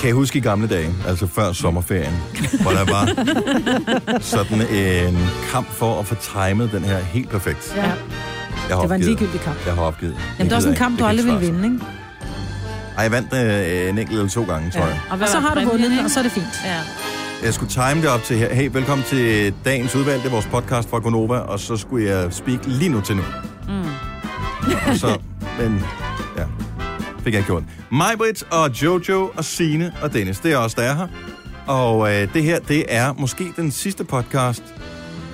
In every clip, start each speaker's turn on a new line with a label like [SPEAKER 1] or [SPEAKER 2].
[SPEAKER 1] Kan I huske i gamle dage, altså før sommerferien, hvor der var sådan en kamp for at få timet den her helt perfekt?
[SPEAKER 2] Ja.
[SPEAKER 1] Jeg har
[SPEAKER 3] Det var en
[SPEAKER 1] opgivet.
[SPEAKER 3] ligegyldig kamp.
[SPEAKER 1] Jeg har opgivet.
[SPEAKER 3] Jamen, det er også en kamp, du aldrig vil vinde, ikke?
[SPEAKER 1] Ej, jeg vandt øh, en enkelt eller to gange, tror jeg.
[SPEAKER 3] Og, og så har du vundet, den, og så er det fint.
[SPEAKER 2] Ja.
[SPEAKER 1] Jeg skulle time det op til her. Hey, velkommen til dagens udvalg. Det er vores podcast fra Gonova, og så skulle jeg speak lige nu til nu. Mm. Og så, men ja, fik jeg gjort. Majbrit og Jojo og Sine og Dennis, det er os, der er her. Og øh, det her, det er måske den sidste podcast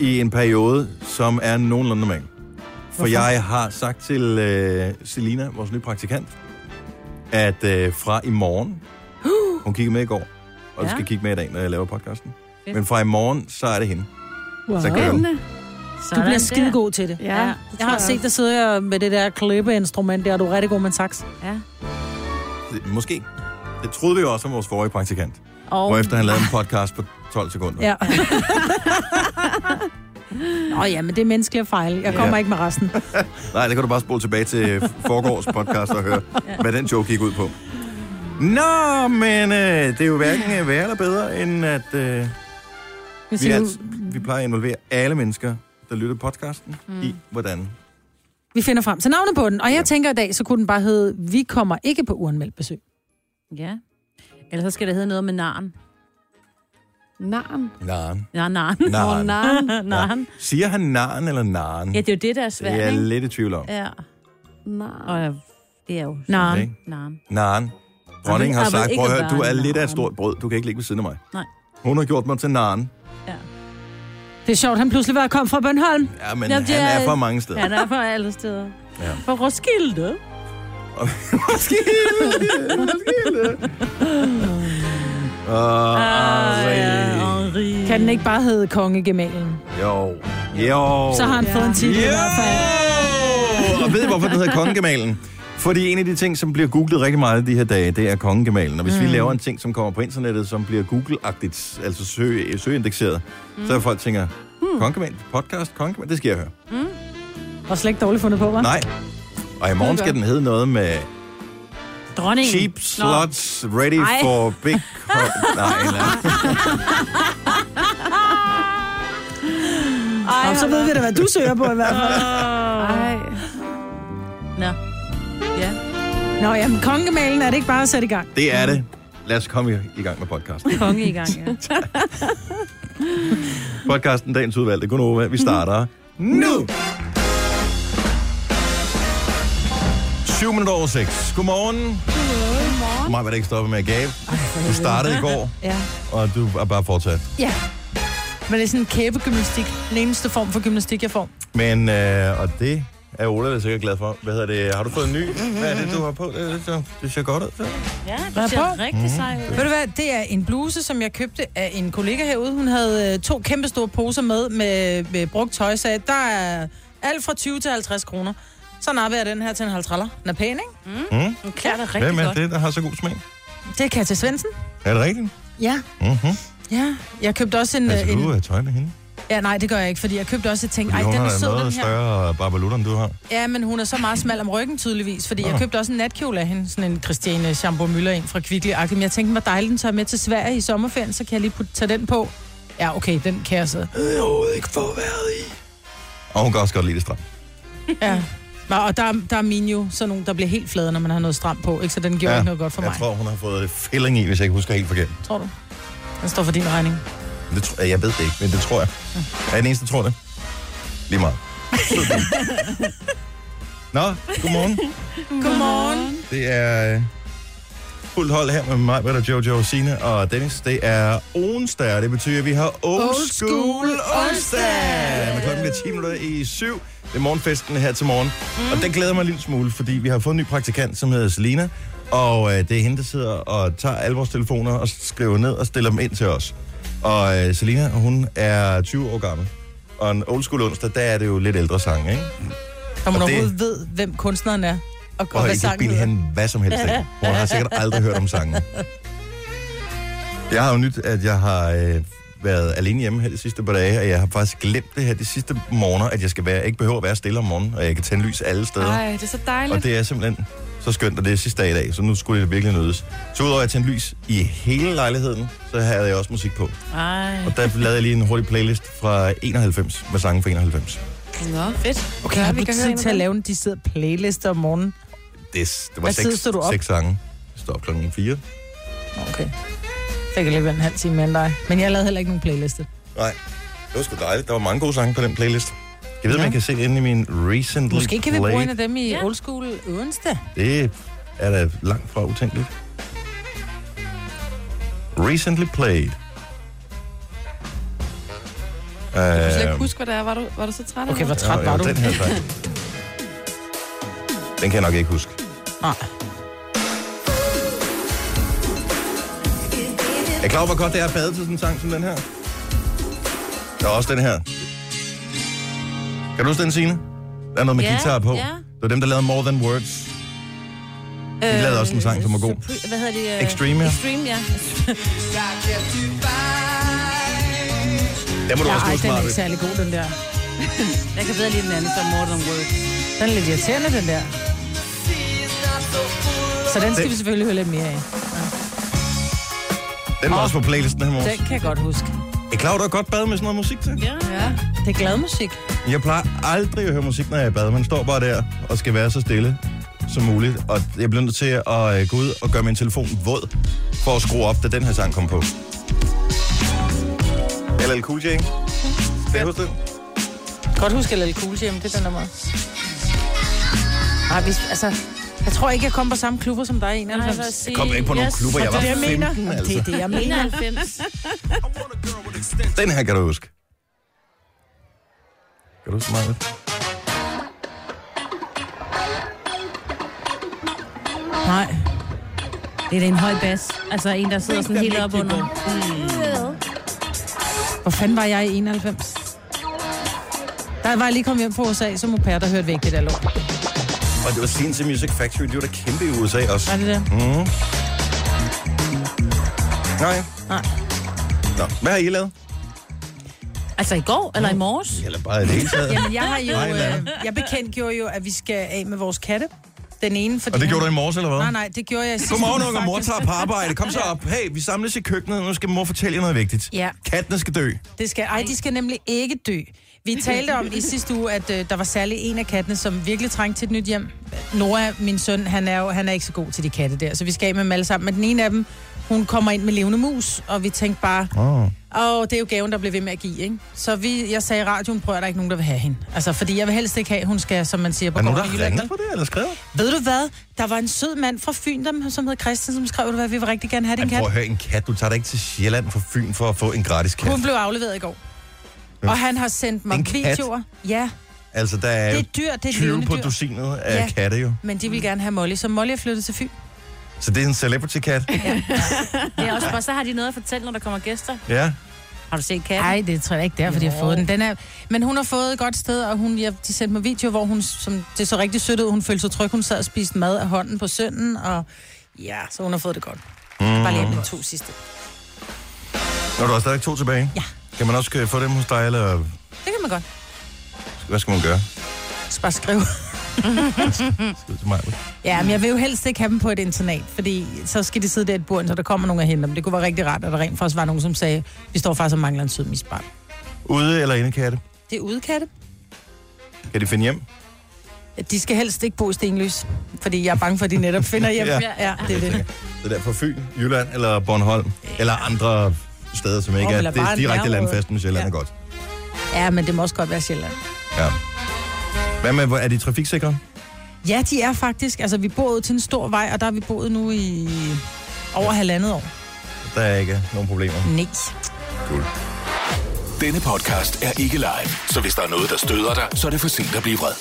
[SPEAKER 1] i en periode, som er nogenlunde normal. For
[SPEAKER 3] Hvorfor?
[SPEAKER 1] jeg har sagt til øh, Selina, vores nye praktikant, at øh, fra i morgen, hun kiggede med i går, og ja.
[SPEAKER 2] Ja.
[SPEAKER 1] skal kigge med i dag, når jeg laver podcasten.
[SPEAKER 2] Fedt.
[SPEAKER 1] Men fra i morgen, så er det hende.
[SPEAKER 3] Wow.
[SPEAKER 1] Så kan du.
[SPEAKER 3] Du
[SPEAKER 2] Sådan der.
[SPEAKER 3] bliver skidegod til det.
[SPEAKER 2] Ja.
[SPEAKER 4] Ja,
[SPEAKER 3] Jeg har set dig sidde og- med det der klippeinstrument der, og du er rigtig god med en saks.
[SPEAKER 2] Ja.
[SPEAKER 1] Det- Måske. Det troede vi jo også om vores forrige praktikant.
[SPEAKER 2] Og
[SPEAKER 1] Hvorefter han lavede en podcast på 12 sekunder.
[SPEAKER 3] Ja. Nå ja, men det er menneskelige fejl. Jeg kommer
[SPEAKER 1] Ja.
[SPEAKER 3] ja. ikke med resten.
[SPEAKER 1] Nej, det kan du bare spole tilbage til forgårs podcast og høre, hvad den joke gik ud på. Nå, men øh, det er jo hverken øh, værre eller bedre, end at øh,
[SPEAKER 3] Hvis
[SPEAKER 1] vi,
[SPEAKER 3] vi,
[SPEAKER 1] alt, vi plejer at involvere alle mennesker, der lytter podcasten, mm. i hvordan.
[SPEAKER 3] vi finder frem til navnet på den. Og jeg tænker i dag, så kunne den bare hedde, vi kommer ikke på uanmeldt besøg.
[SPEAKER 2] Ja. Eller så skal det hedde noget med narn.
[SPEAKER 4] Narn.
[SPEAKER 1] Naren.
[SPEAKER 2] Ja, narn.
[SPEAKER 4] Åh,
[SPEAKER 1] Naren.
[SPEAKER 4] narn.
[SPEAKER 2] narn.
[SPEAKER 1] Siger han naren eller naren?
[SPEAKER 2] Ja, det er jo det, der
[SPEAKER 1] det
[SPEAKER 2] er
[SPEAKER 1] er
[SPEAKER 2] svært,
[SPEAKER 1] jeg
[SPEAKER 2] ikke?
[SPEAKER 1] lidt i tvivl om.
[SPEAKER 2] Ja.
[SPEAKER 4] Narn.
[SPEAKER 2] Og det er jo...
[SPEAKER 3] Narn.
[SPEAKER 1] Okay.
[SPEAKER 2] Narn.
[SPEAKER 1] Naren. Dronningen har
[SPEAKER 2] Jeg ved
[SPEAKER 1] sagt,
[SPEAKER 2] ikke,
[SPEAKER 1] prøv at
[SPEAKER 2] om
[SPEAKER 1] høre,
[SPEAKER 2] der
[SPEAKER 1] du
[SPEAKER 2] er
[SPEAKER 1] er
[SPEAKER 2] en
[SPEAKER 1] lidt af et
[SPEAKER 2] naren."
[SPEAKER 1] stort brød. Du kan ikke ligge ved siden af mig.
[SPEAKER 2] Nej.
[SPEAKER 1] Hun har gjort mig til naren.
[SPEAKER 2] Ja.
[SPEAKER 3] Det er sjovt, han pludselig var kommet fra Bornholm.
[SPEAKER 1] Ja, men
[SPEAKER 2] Jamen, det
[SPEAKER 1] han er
[SPEAKER 2] er-
[SPEAKER 1] fra mange steder.
[SPEAKER 2] Han er fra alle steder.
[SPEAKER 1] Ja.
[SPEAKER 2] Fra Roskilde.
[SPEAKER 1] Roskilde! Roskilde! Åh,
[SPEAKER 2] Ah,
[SPEAKER 1] Ah, Henri.
[SPEAKER 2] Henri.
[SPEAKER 3] Kan den ikke bare hedde Kongegemalen?
[SPEAKER 1] Jo. Jo.
[SPEAKER 3] Så har han fået en titel i hvert fald.
[SPEAKER 1] Jo! Og ved I, hvorfor den hedder kongegemalen? Fordi en af de ting, som bliver googlet rigtig meget de her dage, det er kongegemalen. Og hvis mm. vi laver en ting, som kommer på internettet, som bliver Google-agtigt, altså søge, søgeindekseret, mm. så er folk tænker, kongemalen, podcast, kongemalen, det skal jeg høre.
[SPEAKER 3] Og slet ikke dårligt fundet på, hva'?
[SPEAKER 1] Nej. Og i morgen skal den hedde noget med
[SPEAKER 2] Dronningen.
[SPEAKER 1] Cheap slots ready
[SPEAKER 2] Ej.
[SPEAKER 1] for big... co- Nej, nej.
[SPEAKER 3] Og så ved vi da, hvad du søger på i hvert fald.
[SPEAKER 4] Ej.
[SPEAKER 2] Nå. Ja.
[SPEAKER 3] Nå jamen, Kongegemalen er det ikke bare at sætte i gang.
[SPEAKER 1] Det er det. Lad os komme i gang med podcasten.
[SPEAKER 2] Konge i gang, ja.
[SPEAKER 1] Podcasten Dagens Udvalgte Gunova. Vi starter nu! 7 minutter over 6. Godmorgen. Godmorgen. Mig var det ikke stoppet med at gabe. Du startede i går,
[SPEAKER 3] Ja.
[SPEAKER 1] og du er bare fortsat.
[SPEAKER 3] Ja. Men det er sådan en kæbegymnastik. Den eneste form for gymnastik, jeg får.
[SPEAKER 1] Men, øh, og det er Ola da sikkert glad for. Hvad hedder det? Har du fået en ny? Hvad er det, du har på? Øh, Det, det, ser- det ser godt ud.
[SPEAKER 2] Ja,
[SPEAKER 3] Hvad er
[SPEAKER 2] du ser
[SPEAKER 3] på?
[SPEAKER 2] rigtig
[SPEAKER 1] Mhm.
[SPEAKER 2] sej ud.
[SPEAKER 3] Ved du hvad, det er en bluse, som jeg købte af en kollega herude. Hun havde øh, to kæmpe store poser med, med, med brugt tøj, så der er alt fra 20 til 50 kroner. Så napper jeg den her til en 50'er. Den er pæn, ikke?
[SPEAKER 1] Mm.
[SPEAKER 2] Du klæder dig rigtig
[SPEAKER 1] Hvem er
[SPEAKER 2] godt.
[SPEAKER 1] det, der har så god smag?
[SPEAKER 3] Det er Katja Svendsen.
[SPEAKER 1] Er det rigtigt?
[SPEAKER 3] Ja.
[SPEAKER 1] Mhm.
[SPEAKER 3] Ja, jeg købte også en...
[SPEAKER 1] Altså,
[SPEAKER 3] øh,
[SPEAKER 1] vil du
[SPEAKER 3] en
[SPEAKER 1] have tøj med hende?
[SPEAKER 3] ja, nej, det gør jeg ikke, fordi jeg købte også et ting.
[SPEAKER 1] Fordi
[SPEAKER 3] Ej,
[SPEAKER 1] hun
[SPEAKER 3] den
[SPEAKER 1] har
[SPEAKER 3] er
[SPEAKER 1] da
[SPEAKER 3] sød,
[SPEAKER 1] noget
[SPEAKER 3] den her.
[SPEAKER 1] større barbalutter, end du har.
[SPEAKER 3] Ja, men hun er så meget smal om ryggen tydeligvis, fordi
[SPEAKER 1] Nå.
[SPEAKER 3] jeg købte også en natkjole af hende, sådan en Christiane Schamburg-Müller en fra Kvickly. Agtig. Men jeg tænkte, hvor dejligt den tager med til Sverige i sommerferien, så kan jeg lige putte, tage den på. Ja, okay, den kan jeg så.
[SPEAKER 1] Jeg ikke få været i. Og hun kan også godt lide det stramt.
[SPEAKER 3] Ja. Nå, og der, der er mine jo sådan nogle, der bliver helt flade, når man har noget stramt på. Ikke? Så den gjorde ja. ikke noget godt for
[SPEAKER 1] jeg
[SPEAKER 3] mig. Tror...
[SPEAKER 1] tror, hun har fået fælling i, hvis jeg ikke husker helt forkert.
[SPEAKER 3] tror du? Den står for din regning.
[SPEAKER 1] Det tr- jeg ved det ikke, men det tror jeg. Er jeg den eneste, der tror det? Lige meget. Nå, godmorgen.
[SPEAKER 3] Godmorgen.
[SPEAKER 1] Det er øh, fuldt hold her med mig, med dig, Jojo, Sine og Dennis. Det er onsdag, og det betyder, at vi har old,
[SPEAKER 3] Old
[SPEAKER 1] school,
[SPEAKER 3] school
[SPEAKER 1] onsdag. Men klokken er 10 minutter i syv. Det er morgenfesten her til morgen. Mm. Og den glæder mig en lille smule, fordi vi har fået en ny praktikant, som hedder Selina. Og øh, det er hende, der sidder og tager alle vores telefoner og skriver ned og stiller dem ind til os. Og øh, Selina, hun er 20 år gammel. Og en old school onsdag, der er det jo lidt ældre sange, ikke?
[SPEAKER 3] Når man
[SPEAKER 1] Og det-
[SPEAKER 3] overhovedet ved, hvem kunstneren er, og, og,
[SPEAKER 1] Og
[SPEAKER 3] hvad
[SPEAKER 1] jeg kan
[SPEAKER 3] sangen
[SPEAKER 1] bilde
[SPEAKER 3] hedder.
[SPEAKER 1] hende hvad som helst af. Hun har sikkert aldrig hørt om sangen. Jeg har jo nyt, at jeg har øh, været alene hjemme her de sidste par dage, og jeg har faktisk glemt det her de sidste morgener, at jeg skal være, ikke behøver at være stille om morgenen, og jeg kan tænde lys alle steder.
[SPEAKER 4] Ej, det er så
[SPEAKER 1] Og
[SPEAKER 4] dejligt.
[SPEAKER 1] det er simpelthen så skønt, og det er sidste dag i dag, så nu skulle det virkelig nødes. Så udover at jeg tændte lys i hele lejligheden, så havde jeg også musik på.
[SPEAKER 2] Ej,
[SPEAKER 1] Og der lavede jeg lige en hurtig playlist fra 91, med sange fra 91.
[SPEAKER 4] Nå,
[SPEAKER 2] fedt.
[SPEAKER 3] Okay, har
[SPEAKER 4] vi
[SPEAKER 3] du
[SPEAKER 4] kan høre
[SPEAKER 3] tid
[SPEAKER 4] en af
[SPEAKER 3] til at
[SPEAKER 4] dem.
[SPEAKER 3] lave en decideret playlist om morgenen?
[SPEAKER 1] Det, det var
[SPEAKER 3] Hvad tid
[SPEAKER 1] seks,
[SPEAKER 3] stod du op?
[SPEAKER 1] seks sange. Jeg stod op klokken 4.
[SPEAKER 3] Okay. Jeg kan lige være en halv time mere end dig. Men jeg lavede heller ikke nogen playliste.
[SPEAKER 1] Nej, det var sgu dejligt. Der var mange gode sange på den playlist. Jeg ved,
[SPEAKER 3] Ja.
[SPEAKER 1] man kan se det inde i min recently
[SPEAKER 3] Måske kan vi bruge en
[SPEAKER 1] played.
[SPEAKER 3] af dem i
[SPEAKER 2] Ja.
[SPEAKER 3] ja. Old School onsdag.
[SPEAKER 1] Det er da langt fra utænkeligt. Recently played.
[SPEAKER 4] Jeg kan slet
[SPEAKER 1] Øhm,
[SPEAKER 4] ikke huske, hvad det er. Var du, var du så træt af
[SPEAKER 3] Okay, hvor
[SPEAKER 4] det?
[SPEAKER 3] træt
[SPEAKER 1] jo,
[SPEAKER 3] var
[SPEAKER 1] jo,
[SPEAKER 3] du?
[SPEAKER 1] Den, her, sang. den kan jeg nok ikke huske.
[SPEAKER 3] Nej.
[SPEAKER 1] Er I klar over, hvor godt det er at bade til sådan en sang som den her? Der er også den her. Kan du huske den, Signe? Der er noget med
[SPEAKER 2] Ja,
[SPEAKER 1] guitar på.
[SPEAKER 2] ja.
[SPEAKER 1] Det var dem, der lavede More Than Words.
[SPEAKER 2] De
[SPEAKER 1] lavede
[SPEAKER 3] Øh,
[SPEAKER 1] også en sang, som var god.
[SPEAKER 2] Øh, Hvad hedder det? øh,
[SPEAKER 1] Extreme, ja.
[SPEAKER 2] Extreme, ja.
[SPEAKER 1] Der må du
[SPEAKER 3] Ja,
[SPEAKER 1] også
[SPEAKER 3] ej,
[SPEAKER 1] huske,
[SPEAKER 3] den er
[SPEAKER 1] Marvind.
[SPEAKER 3] ikke særlig god, den der.
[SPEAKER 2] Jeg kan bedre lide den anden, som More Than Words.
[SPEAKER 3] Den er lidt irriterende, den der. Så den skal
[SPEAKER 1] Den-
[SPEAKER 3] vi selvfølgelig høre lidt mere af.
[SPEAKER 1] Den var også på playlisten her i
[SPEAKER 3] Den
[SPEAKER 1] morges.
[SPEAKER 3] kan jeg godt huske.
[SPEAKER 1] Er I klar, over, at der er godt bade med sådan noget musik til?
[SPEAKER 2] Ja.
[SPEAKER 4] Ja.
[SPEAKER 3] Det er glad musik.
[SPEAKER 1] Jeg plejer aldrig at høre musik, når jeg er i bad. Man står bare der og skal være så stille som muligt. Og jeg bliver nødt til at øh, gå ud og gøre min telefon våd for at skrue op, da den her sang kom på. LL Cool J, ikke? Kan jeg huske den?
[SPEAKER 3] Godt huske, at Cool Jam, det er den der måde. Ej, vi, altså, jeg tror ikke, jeg kom på samme klubber som dig i
[SPEAKER 2] Nej, hvad
[SPEAKER 3] 91.
[SPEAKER 2] siger
[SPEAKER 1] kom ikke på nogen klubber, jeg var
[SPEAKER 3] det, jeg mener.
[SPEAKER 1] 15, altså.
[SPEAKER 3] Det er det, jeg mener.
[SPEAKER 2] 91.
[SPEAKER 1] Den her kan du huske. Kan du huske mig?
[SPEAKER 3] Nej.
[SPEAKER 2] Det er da en høj bas. Altså en, der sidder sådan helt op under.
[SPEAKER 3] Hvor fanden var jeg i 91? Der var jeg lige kommet hjem fra USA som au pair, der hørte væk det der lort.
[SPEAKER 1] Og det var sent til Music Factory. Det var da kæmpe i USA også.
[SPEAKER 3] Var det det?
[SPEAKER 1] Mm. Nej.
[SPEAKER 3] Nej.
[SPEAKER 1] Nå, hvad har I lavet?
[SPEAKER 2] Altså i går, eller i morges?
[SPEAKER 1] Eller bare i det hele taget.
[SPEAKER 3] Jamen, jeg har jo...
[SPEAKER 1] Nej, nej.
[SPEAKER 3] Øh, jeg bekendt gjorde jo, at vi skal af med vores katte. Den ene, fordi...
[SPEAKER 1] Og det gjorde du i
[SPEAKER 3] han-
[SPEAKER 1] morges, eller hvad?
[SPEAKER 3] Nej, nej, det gjorde jeg i sidste
[SPEAKER 1] Godmorgen,
[SPEAKER 3] uge,
[SPEAKER 1] unge mor
[SPEAKER 3] faktisk.
[SPEAKER 1] tager på arbejde. Kom så op. Hey, vi samles i køkkenet. Nu skal mor fortælle jer noget vigtigt.
[SPEAKER 2] Ja.
[SPEAKER 1] Kattene skal dø.
[SPEAKER 3] Det skal, ej, de skal nemlig ikke dø. Vi talte om i sidste uge, at øh, der var særlig en af kattene, som virkelig trængte til et nyt hjem. Nora, min søn, han er jo han er ikke så god til de katte der, så vi skal af med dem alle sammen. Men den ene af dem, hun kommer ind med levende mus, og vi tænkte bare,
[SPEAKER 1] Oh.
[SPEAKER 3] åh, det er jo gaven, der bliver ved med at give, ikke? Så vi, jeg sagde i radioen, prøv at der er ikke nogen, der vil have hende. Altså, fordi jeg vil helst ikke have, hun skal, som man siger på
[SPEAKER 1] Er nogen,
[SPEAKER 3] gården i
[SPEAKER 1] der
[SPEAKER 3] Jylland,
[SPEAKER 1] ringer på det, eller skriver?
[SPEAKER 3] Ved du hvad? Der var en sød mand fra Fyn, der, som hed Christian, som skrev, "Ved du hvad, vi vil rigtig gerne have din
[SPEAKER 1] Men
[SPEAKER 3] kat.
[SPEAKER 1] prøv at høre en kat. Du tager dig ikke til Sjælland for Fyn for at få en gratis kat.
[SPEAKER 3] Hun blev afleveret i går.
[SPEAKER 1] Men
[SPEAKER 3] Og han har sendt mig
[SPEAKER 1] en kat?
[SPEAKER 3] videoer. Ja,
[SPEAKER 1] Altså, der er
[SPEAKER 3] det
[SPEAKER 1] jo
[SPEAKER 3] er dyrt, det er
[SPEAKER 1] 20
[SPEAKER 3] levende
[SPEAKER 1] på
[SPEAKER 3] dyr.
[SPEAKER 1] dusinet af
[SPEAKER 3] Ja.
[SPEAKER 1] katte jo.
[SPEAKER 3] Men de vil gerne have Molly, så Molly er flyttet til Fyn.
[SPEAKER 1] Så det er en celebrity-kat.
[SPEAKER 2] Det er også bare, så har de noget at fortælle, når der kommer gæster.
[SPEAKER 1] Ja.
[SPEAKER 2] Har du set katten?
[SPEAKER 3] Nej, det tror jeg ikke, det er, fordi jeg har
[SPEAKER 2] Jo.
[SPEAKER 3] fået den. den er, men hun har fået et godt sted, og hun, ja, de sendte mig videoer, hvor hun, som, det så rigtig sødt ud, hun følte sig tryg, hun sad og spiste mad af hånden på sønnen, og ja, så hun har fået det godt. Mm. Bare lige af de to sidste.
[SPEAKER 1] Nå, der er stadig to tilbage.
[SPEAKER 3] Ja.
[SPEAKER 1] Kan man også øh, få dem hos dig, eller
[SPEAKER 3] Det kan man godt.
[SPEAKER 1] hvad skal man gøre?
[SPEAKER 3] Så bare skrive.
[SPEAKER 1] Skriv til mig.
[SPEAKER 3] Ja, men jeg vil jo helst ikke have dem på et internat, fordi så skal de sidde der i et bord, så der kommer nogen og henter dem. Det kunne være rigtig rart, at der rent faktisk var nogen, som sagde, vi står faktisk og mangler en sød misbarn.
[SPEAKER 1] Ude eller inde katte?
[SPEAKER 3] Det er udkatte.
[SPEAKER 1] Kan de finde hjem?
[SPEAKER 3] De skal helst ikke bo i Stenløs, fordi jeg er bange for, at de netop finder hjem.
[SPEAKER 1] Ja.
[SPEAKER 3] ja. ja, det er det.
[SPEAKER 1] Så derfor Fyn, Jylland eller Bornholm, eller andre steder, som ikke
[SPEAKER 3] Åh,
[SPEAKER 1] er
[SPEAKER 3] eller
[SPEAKER 1] det er
[SPEAKER 3] bare
[SPEAKER 1] direkte
[SPEAKER 3] nærområde.
[SPEAKER 1] landfast, men Sjælland
[SPEAKER 3] Ja.
[SPEAKER 1] er godt.
[SPEAKER 3] Ja, men det må også godt være Sjælland.
[SPEAKER 1] Ja. Hvad med, hvor- er de trafiksikre?
[SPEAKER 3] Ja, de er faktisk. Altså, vi bor ud til en stor vej, og der har vi boet nu i over halvandet år.
[SPEAKER 1] Der er ikke nogen problemer.
[SPEAKER 3] Nej.
[SPEAKER 1] Cool.
[SPEAKER 5] Denne podcast er ikke live, så hvis der er noget, der støder dig, så er det for sent at blive vred.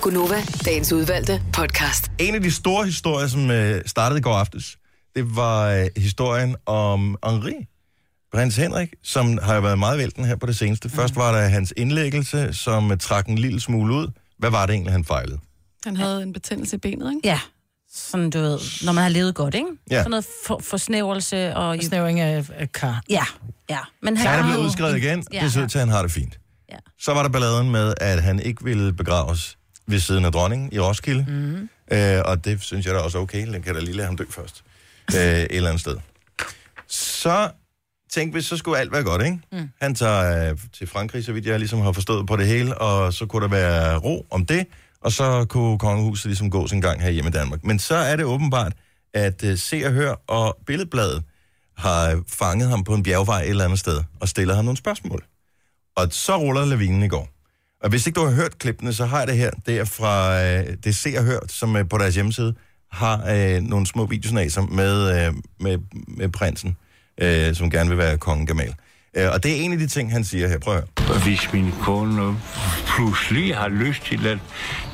[SPEAKER 6] Gunova, dagens udvalgte podcast.
[SPEAKER 1] En af de store historier, som øh, startede i går aftes, det var øh, historien om Henri, prins Henrik, som har jo været meget vælten her på det seneste. Først var der hans indlæggelse, som øh, trak en lille smule ud. Hvad var det egentlig, han fejlede?
[SPEAKER 4] Han havde en betændelse i benet, ikke?
[SPEAKER 3] Ja.
[SPEAKER 2] sådan, du ved, når man har levet godt, ikke?
[SPEAKER 1] Ja.
[SPEAKER 2] Sådan noget for, forsnævrelse og...
[SPEAKER 3] Snævring af, af kar.
[SPEAKER 2] Ja, ja. Men
[SPEAKER 1] Så
[SPEAKER 2] han
[SPEAKER 1] han er
[SPEAKER 2] har
[SPEAKER 1] blevet
[SPEAKER 2] jo-
[SPEAKER 1] udskrevet igen.
[SPEAKER 2] Ja,
[SPEAKER 1] Det ser ud til, at han har det fint.
[SPEAKER 2] Ja.
[SPEAKER 1] Så var der balladen med, at han ikke ville begraves ved siden af dronningen i Roskilde.
[SPEAKER 2] Mhm.
[SPEAKER 1] Mm. Øh, og det synes jeg da også er okay. Den kan da lige lade ham dø først. Øh, et eller andet sted. Så tænkte vi, så skulle alt være godt, ikke? Mm. Han tager øh, til Frankrig, så vidt jeg ligesom har forstået på det hele, og så kunne der være ro om det, og så kunne kongehuset ligesom gå sin gang her hjemme i Danmark. Men så er det åbenbart, at øh, Se og Hør og Billedbladet har fanget ham på en bjergvej et eller andet sted, og stiller ham nogle spørgsmål. Og så ruller lavinen i går. Og hvis ikke du har hørt klippene, så har jeg det her. Det er fra øh, det ser og hørt, som øh, på deres hjemmeside har øh, nogle små videosnaser med, øh, med, med prinsen, øh, som gerne vil være kongen Gamal. Øh, og det er en af de ting, han siger her. Prøv at høre.
[SPEAKER 7] hvis min kone pludselig har lyst til at,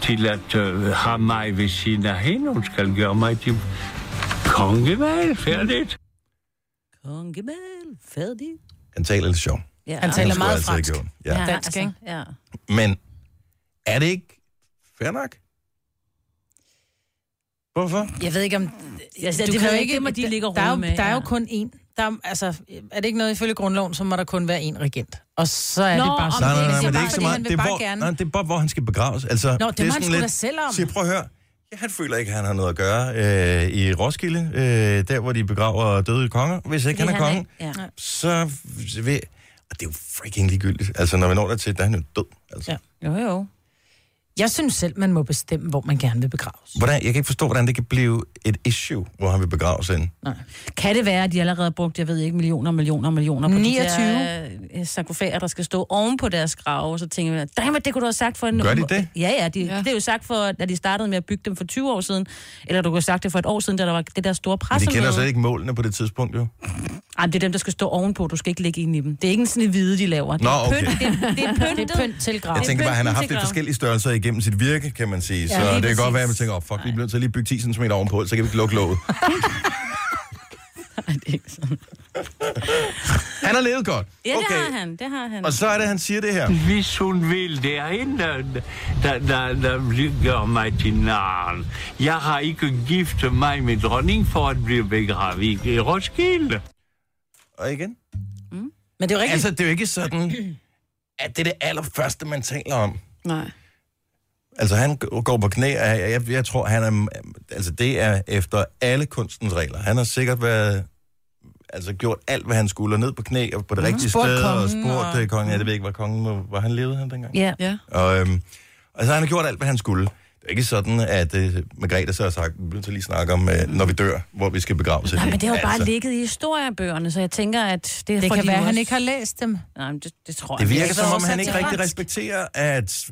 [SPEAKER 7] til at uh, have mig ved siden af hende, hun skal gøre mig til kongevalg, færdigt.
[SPEAKER 2] Kongebal, færdig.
[SPEAKER 1] Han taler lidt sjovt.
[SPEAKER 2] Ja, altså,
[SPEAKER 3] Han
[SPEAKER 1] Han
[SPEAKER 3] taler
[SPEAKER 1] skulle
[SPEAKER 3] meget
[SPEAKER 1] altid have
[SPEAKER 3] fransk.
[SPEAKER 1] gjort. Ja. ja.
[SPEAKER 3] dansk, ikke?
[SPEAKER 2] Ja.
[SPEAKER 1] Men er det ikke fair nok? Hvorfor?
[SPEAKER 3] Jeg ved ikke om...
[SPEAKER 2] Altså, det ved jeg ikke, det må de ligge og
[SPEAKER 3] der, er jo,
[SPEAKER 2] rode med,
[SPEAKER 3] der er jo
[SPEAKER 2] ja.
[SPEAKER 3] kun én. Der er, altså, er det ikke noget ifølge grundloven, så må der kun være én regent. Og så er
[SPEAKER 2] Nå,
[SPEAKER 3] det bare
[SPEAKER 2] om
[SPEAKER 1] Nej,
[SPEAKER 3] sådan.
[SPEAKER 1] nej, nej, nej,
[SPEAKER 2] det er
[SPEAKER 1] men det er ikke
[SPEAKER 2] bare,
[SPEAKER 1] så
[SPEAKER 2] fordi
[SPEAKER 1] meget.
[SPEAKER 3] han
[SPEAKER 1] Det
[SPEAKER 3] vil
[SPEAKER 1] er,
[SPEAKER 3] bare
[SPEAKER 1] hvor,
[SPEAKER 3] gerne.
[SPEAKER 1] nej, det er bare, hvor han skal begraves. Altså, Nå,
[SPEAKER 3] det må han sgu da selv om.
[SPEAKER 1] Siger, prøv at høre. Ja, han føler ikke, at han har noget at gøre øh, i Roskilde, øh, der hvor de begraver døde konger. Hvis ikke han er konge,
[SPEAKER 2] Ja.
[SPEAKER 1] så vil... Og det er jo freaking ligegyldigt. Altså, når vi når dertil, der er han jo død. Altså. Ja.
[SPEAKER 3] Ja.
[SPEAKER 2] Jo, jo.
[SPEAKER 3] Jeg synes selv, man må bestemme, hvor man gerne vil begraves.
[SPEAKER 1] Hvordan, jeg kan ikke forstå, hvordan det kan blive et issue, hvor han vil begraves ind.
[SPEAKER 2] Kan det være, at de allerede har brugt, jeg ved ikke, millioner og millioner og millioner på
[SPEAKER 3] 29?
[SPEAKER 2] de der øh, sarkofager, der skal stå oven på deres grave, så tænker jeg, dammit, det kunne du have sagt for en...
[SPEAKER 1] Gør de det?
[SPEAKER 2] Ja, ja, de, ja. det er jo sagt for, da de startede med at bygge dem for 20 år siden, eller du kunne have sagt det for et år siden, da der var det der store
[SPEAKER 1] Men de
[SPEAKER 2] pressemøde.
[SPEAKER 1] kender slet ikke målene på det tidspunkt, jo.
[SPEAKER 2] Ej, men det er dem, der skal stå ovenpå, du skal ikke ligge ind i dem. Det er ikke en sådan en hvide, de laver. Det
[SPEAKER 1] Nå,
[SPEAKER 2] er
[SPEAKER 1] okay.
[SPEAKER 2] pynt- det, er- det er pyntet. det er pynt til graven.
[SPEAKER 1] Jeg tænker bare, at han har haft lidt forskellige størrelser igennem sit virke, kan man sige. så
[SPEAKER 2] lige
[SPEAKER 1] det kan
[SPEAKER 2] præcis.
[SPEAKER 1] godt være, at man tænker, oh, fuck, vi bliver nødt til at lige bygge 10 cm ovenpå, så kan vi ikke lukke låget.
[SPEAKER 2] Nej, det er ikke sådan.
[SPEAKER 1] Han har levet godt.
[SPEAKER 2] Ja, det har han, det har han.
[SPEAKER 1] Og så er det, han siger det her.
[SPEAKER 7] Hvis hun vil derhen, der, der, der, der gør mig til naren. Jeg har ikke giftet mig med dronning for at blive begravet i- i Roskilde.
[SPEAKER 1] Og igen.
[SPEAKER 3] Men det er jo rigtigt.
[SPEAKER 1] Altså, det er jo ikke sådan, at det er det allerførste, man taler om.
[SPEAKER 4] Nej.
[SPEAKER 1] Altså, han g- går på knæ, og jeg, jeg, jeg tror, han er... Altså, det er efter alle kunstens regler. Han har sikkert været... Altså, gjort alt, hvad han skulle, og ned på knæ og på
[SPEAKER 2] Mhm.
[SPEAKER 1] det mm. rigtige
[SPEAKER 3] Spurgt
[SPEAKER 1] sted, og
[SPEAKER 3] kongen,
[SPEAKER 1] spurgt
[SPEAKER 3] og-
[SPEAKER 1] og... kongen. Ja, det ved jeg ikke, var kongen... må- Var han levede han dengang?
[SPEAKER 2] Ja.
[SPEAKER 4] Ja.
[SPEAKER 1] Og, øhm, og så har han gjort alt, hvad han skulle. Det er ikke sådan, at øh, Margrethe så har sagt, vi bliver til lige at snakke om, øh, når vi dør, hvor vi skal begraves. Altså,
[SPEAKER 2] Nej, men det har jo bare ligget i historiebøgerne, så jeg tænker, at det er
[SPEAKER 3] det
[SPEAKER 2] fordi
[SPEAKER 3] kan være,
[SPEAKER 2] også...
[SPEAKER 3] han ikke har læst dem.
[SPEAKER 2] Nej, men det, det tror jeg
[SPEAKER 1] Det virker
[SPEAKER 2] ikke.
[SPEAKER 1] som om,
[SPEAKER 3] oversat
[SPEAKER 1] han
[SPEAKER 3] til
[SPEAKER 1] ikke rigtig
[SPEAKER 3] fransk.
[SPEAKER 1] respekterer, at,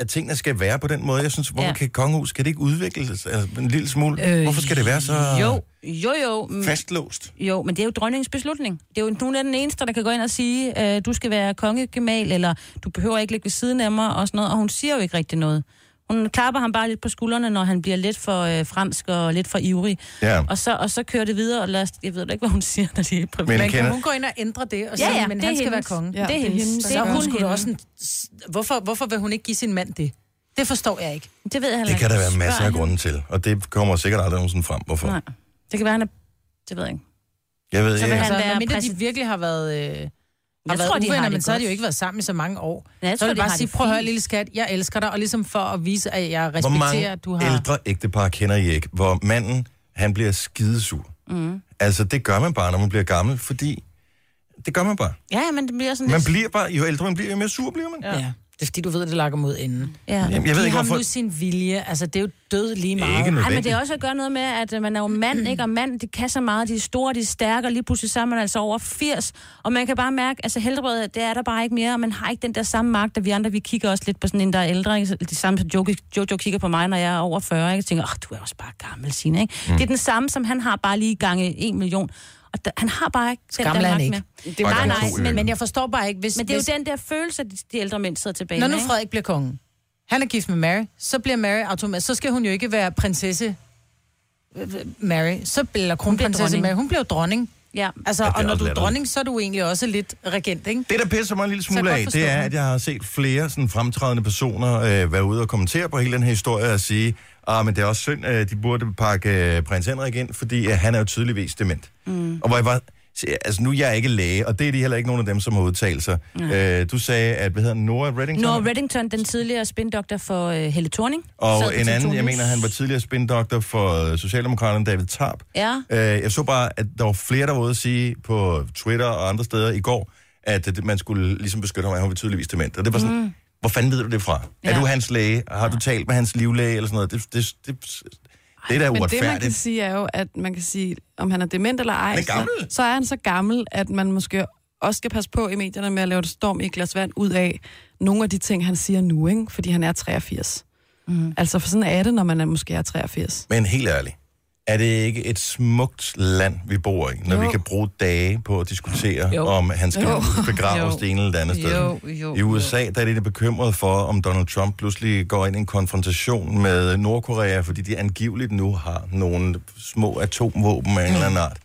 [SPEAKER 1] at tingene skal være på den måde. Jeg synes, hvorfor
[SPEAKER 2] Ja.
[SPEAKER 1] kan kongehus, kan det ikke udvikles altså, en lille smule? Øh, hvorfor skal det være så
[SPEAKER 2] Jo, jo, jo. mm,
[SPEAKER 1] fastlåst?
[SPEAKER 2] Jo, men det er jo dronningens beslutning. Det er jo, hun er den eneste, der kan gå ind og sige, øh, du skal være kongegemal, eller du behøver ikke ligge ved siden af mig, og sådan noget. Og hun siger jo ikke rigtig noget. Hun klapper ham bare lidt på skuldrene, når han bliver lidt for øh, fransk og lidt for ivrig.
[SPEAKER 1] Ja.
[SPEAKER 2] Og, så, og så kører det videre, og lad os, jeg ved da ikke, hvad hun siger, når det er privat.
[SPEAKER 1] Men
[SPEAKER 3] Men
[SPEAKER 1] kender-
[SPEAKER 3] kan hun gå ind og ændre det og
[SPEAKER 2] Ja,
[SPEAKER 3] sige,
[SPEAKER 2] ja,
[SPEAKER 3] men
[SPEAKER 2] det er
[SPEAKER 3] han skal være
[SPEAKER 2] hendes.
[SPEAKER 3] konge?
[SPEAKER 2] Ja, det er hendes.
[SPEAKER 3] Så
[SPEAKER 2] er
[SPEAKER 3] er
[SPEAKER 2] kun
[SPEAKER 3] hun sgu da
[SPEAKER 2] hende.
[SPEAKER 3] også en... Hvorfor, hvorfor vil hun ikke give sin mand det? Det forstår jeg ikke.
[SPEAKER 2] Det ved jeg heller
[SPEAKER 1] Det kan
[SPEAKER 2] ikke.
[SPEAKER 1] der være
[SPEAKER 2] Spørg
[SPEAKER 1] masser af
[SPEAKER 2] hende.
[SPEAKER 1] grunde til, og det kommer sikkert aldrig nogensinde frem. Hvorfor?
[SPEAKER 2] Nej, det kan være, han er... Det ved jeg ikke.
[SPEAKER 1] Jeg ved
[SPEAKER 2] Så vil
[SPEAKER 1] ikke.
[SPEAKER 2] han-
[SPEAKER 3] Altså,
[SPEAKER 2] være
[SPEAKER 3] medmindre de
[SPEAKER 2] præsident.
[SPEAKER 3] virkelig har været... Øh, har
[SPEAKER 2] Jeg
[SPEAKER 3] været
[SPEAKER 2] tror, de har
[SPEAKER 3] uvenner,
[SPEAKER 2] det
[SPEAKER 3] men så har de
[SPEAKER 2] godt.
[SPEAKER 3] jo ikke været sammen i så mange år.
[SPEAKER 2] Ja, jeg
[SPEAKER 3] så
[SPEAKER 2] tror,
[SPEAKER 3] vil
[SPEAKER 2] de
[SPEAKER 3] jeg bare
[SPEAKER 2] har
[SPEAKER 3] sige,
[SPEAKER 2] det
[SPEAKER 3] prøv at høre,
[SPEAKER 2] fint."
[SPEAKER 3] lille skat, jeg elsker dig, og ligesom for at vise, at jeg
[SPEAKER 1] Hvor mange
[SPEAKER 3] respekterer, at du har...
[SPEAKER 1] ældre ægtepar kender I ikke, hvor manden, han bliver skidesur? Mm. Altså, det gør man bare, når man bliver gammel, fordi det gør man bare.
[SPEAKER 2] Ja, ja, men det bliver sådan
[SPEAKER 1] Man
[SPEAKER 2] lidt...
[SPEAKER 1] bliver bare, jo ældre man bliver, jo mere sur bliver man.
[SPEAKER 3] Ja. ja. Det er fordi, du ved, det lakker mod enden.
[SPEAKER 2] Ja.
[SPEAKER 1] Jamen, jeg ved
[SPEAKER 3] Giv
[SPEAKER 1] ikke,
[SPEAKER 3] ham
[SPEAKER 1] hvorfor...
[SPEAKER 3] nu sin vilje. Altså, det er jo død lige meget.
[SPEAKER 1] Ikke
[SPEAKER 2] Ej, men
[SPEAKER 1] nødvendigt.
[SPEAKER 2] det er også at gøre noget med, at øh, man er jo mand, ikke? Og mand, de kan så meget, de er store, de er stærke, og lige pludselig så er man altså over 80. Og man kan bare mærke, altså helbredet, det er der bare ikke mere, og man har ikke den der samme magt, og vi andre, vi kigger også lidt på sådan en, der er ældre, ikke? Så De samme, som Jojo, Jojo kigger på mig, når jeg er over 40, ikke? Jeg tænker, åh, du er også bare gammel, Signe, ikke? Mm. Det er den samme, som han har bare lige gange 1 million. Og der, han har bare ikke den
[SPEAKER 3] Skamler
[SPEAKER 2] der
[SPEAKER 3] han
[SPEAKER 2] magt
[SPEAKER 3] ikke.
[SPEAKER 1] Bare
[SPEAKER 2] mere. nej,
[SPEAKER 1] gange
[SPEAKER 2] nej,
[SPEAKER 1] to i
[SPEAKER 2] men,
[SPEAKER 1] øvrigt.
[SPEAKER 3] Men jeg forstår bare ikke, hvis...
[SPEAKER 2] men det er
[SPEAKER 3] hvis-
[SPEAKER 2] jo den der følelse, at de, de ældre mænd sidder tilbage
[SPEAKER 3] Når
[SPEAKER 2] med,
[SPEAKER 3] nu
[SPEAKER 2] ikke?
[SPEAKER 3] Frederik bliver kongen, han er gift med Mary, så bliver Mary automatisk, så skal hun jo ikke være prinsesse øh, Mary, så bliver kronprinsesse
[SPEAKER 2] dronning.
[SPEAKER 3] Mary, hun bliver jo dronning.
[SPEAKER 2] Ja.
[SPEAKER 3] Altså,
[SPEAKER 1] Ja, det er
[SPEAKER 3] og når
[SPEAKER 1] også
[SPEAKER 3] du er
[SPEAKER 1] latterligt.
[SPEAKER 3] dronning, så er du egentlig også lidt regent, ikke?
[SPEAKER 1] Det, der pisser mig en lille
[SPEAKER 3] Så jeg
[SPEAKER 1] smule
[SPEAKER 3] godt
[SPEAKER 1] af,
[SPEAKER 3] forstå
[SPEAKER 1] det er,
[SPEAKER 3] det.
[SPEAKER 1] at jeg har set flere sådan, fremtrædende personer øh, være ude og kommentere på hele den her historie og sige, Ah, men det er også synd, at de burde pakke øh, prins Henrik ind, fordi øh, han er jo tydeligvis dement. Mm. Og hvor jeg var, altså nu er jeg ikke læge, og det er de heller ikke nogen af dem, som har udtalt sig. Øh, du sagde, at hvad hedder den, Nora Reddington?
[SPEAKER 2] Nora Reddington, den tidligere spindoktor for øh, Helle Thorning. sad
[SPEAKER 1] Og
[SPEAKER 2] på
[SPEAKER 1] en anden, jeg
[SPEAKER 2] TV2
[SPEAKER 1] mener, han var tidligere spindoktor for øh, Socialdemokraterne, David Tarp.
[SPEAKER 2] Ja.
[SPEAKER 1] Øh, jeg så bare, at der var flere, der var ude at sige på Twitter og andre steder i går, at øh, man skulle ligesom beskytte ham, at han var tydeligvis dement. Og det var sådan, mm. hvor fanden ved du det fra? Ja. Er
[SPEAKER 2] Ja.
[SPEAKER 1] du hans læge? Har du talt med hans livlæge? Eller sådan noget? Det, det, det, det er da
[SPEAKER 4] Men det, man kan
[SPEAKER 1] uretfærdigt.
[SPEAKER 4] sige, er jo, at man kan sige, om han er dement eller ej,
[SPEAKER 1] Han er gammel.
[SPEAKER 4] Så, så er han så gammel, at man måske også skal passe på i medierne med at lave et storm i et glas vand ud af nogle af de ting, han siger nu, ikke? fordi han er 83. Mm. Altså, for sådan er det, når man er måske er 83.
[SPEAKER 1] Men helt ærligt, er det ikke et smukt land, vi bor i, når jo. vi kan bruge dage på at diskutere, jo. om han skal jo. begraves
[SPEAKER 3] Jo.
[SPEAKER 1] det ene eller det andet sted?
[SPEAKER 3] Jo, jo,
[SPEAKER 1] I USA der er de lidt bekymrede for, om Donald Trump pludselig går ind i en konfrontation med Nordkorea, fordi de angiveligt nu har nogle små atomvåben af en eller
[SPEAKER 3] Mm.
[SPEAKER 1] anden art.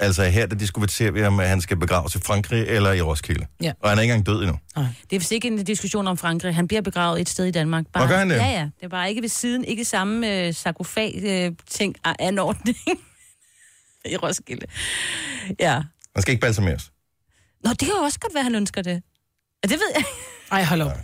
[SPEAKER 1] Altså her, der diskuterer vi, om han skal begraves i Frankrig eller i Roskilde.
[SPEAKER 3] Ja.
[SPEAKER 1] Og han er ikke engang død endnu.
[SPEAKER 2] Det er vist ikke en diskussion om Frankrig. Han bliver begravet et sted i Danmark. Bare,
[SPEAKER 1] Nå, gør han det?
[SPEAKER 2] Ja, ja. Det er bare ikke ved siden, ikke samme øh, sarkofag-ting, øh, anordning i Roskilde. Ja.
[SPEAKER 1] Han skal ikke balsameres.
[SPEAKER 2] Nå, det kan jo også godt være, han ønsker det. Ja, det ved jeg.
[SPEAKER 3] Ej, hold op.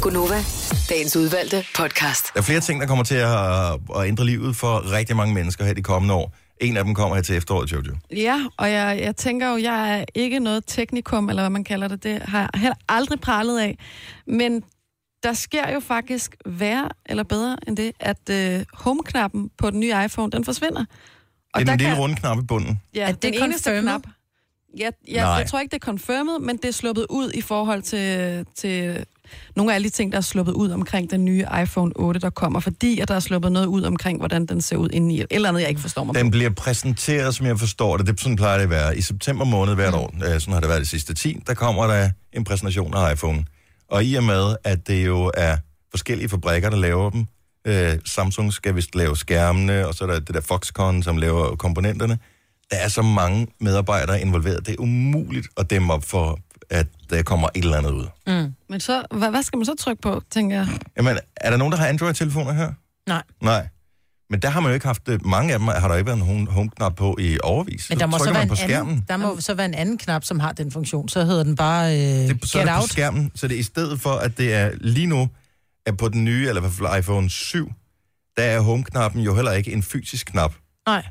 [SPEAKER 6] Gunova, dagens udvalgte podcast.
[SPEAKER 1] Der er flere ting, der kommer til at, at ændre livet for rigtig mange mennesker her de kommende år. En af dem kommer her til efteråret, Jojo.
[SPEAKER 4] Ja, og jeg, jeg tænker jo, jeg er ikke noget teknikum, eller hvad man kalder det, det har jeg heller aldrig prallet af. Men der sker jo faktisk værre eller bedre end det, at øh, home-knappen på den nye iPhone, den forsvinder.
[SPEAKER 1] Det er
[SPEAKER 4] der
[SPEAKER 1] den lille
[SPEAKER 4] kan-
[SPEAKER 1] runde knap i bunden.
[SPEAKER 4] Ja,
[SPEAKER 2] Er
[SPEAKER 4] det
[SPEAKER 2] det
[SPEAKER 4] den eneste
[SPEAKER 3] confirmed?
[SPEAKER 4] knap. Ja, ja,
[SPEAKER 1] Nej.
[SPEAKER 4] jeg tror ikke, det er confirmed, men det er sluppet ud i forhold til, til nogle af alle de ting, der er sluppet ud omkring den nye iPhone 8, der kommer, fordi at der er sluppet noget ud omkring, hvordan den ser ud indeni. Et Eller andet, jeg ikke forstår mig på.
[SPEAKER 1] Den bliver præsenteret, som jeg forstår det. Det sådan plejer det at være. I september måned hvert år, øh, sådan har det været de sidste 10, der kommer der en præsentation af iPhone. Og i og med, at det jo er forskellige fabrikker, der laver dem. Øh, Samsung skal vist lave skærmene, og så er der det der Foxconn, som laver komponenterne. Der er så mange medarbejdere involveret. Det er umuligt at dæmme op for, at der kommer et eller andet ud.
[SPEAKER 4] Men så, hvad, hvad skal man så trykke på, tænker jeg?
[SPEAKER 1] Jamen, er der nogen, der har Android-telefoner her?
[SPEAKER 3] Nej.
[SPEAKER 1] Nej. Men der har man jo ikke haft... øh, Mange af dem har der jo ikke været en home- home-knap på i overvis.
[SPEAKER 3] Men der må, så
[SPEAKER 1] trykker
[SPEAKER 3] være
[SPEAKER 1] man
[SPEAKER 3] en
[SPEAKER 1] på skærmen.
[SPEAKER 3] anden, der må så være en anden knap, som har den funktion. Så hedder den bare øh,
[SPEAKER 1] Det, så er
[SPEAKER 3] Get
[SPEAKER 1] det på
[SPEAKER 3] Out.
[SPEAKER 1] skærmen. Så det er i stedet for, at det er lige nu, at på den nye, eller i hvert fald iPhone 7, der er home-knappen jo heller ikke en fysisk knap.
[SPEAKER 3] Nej.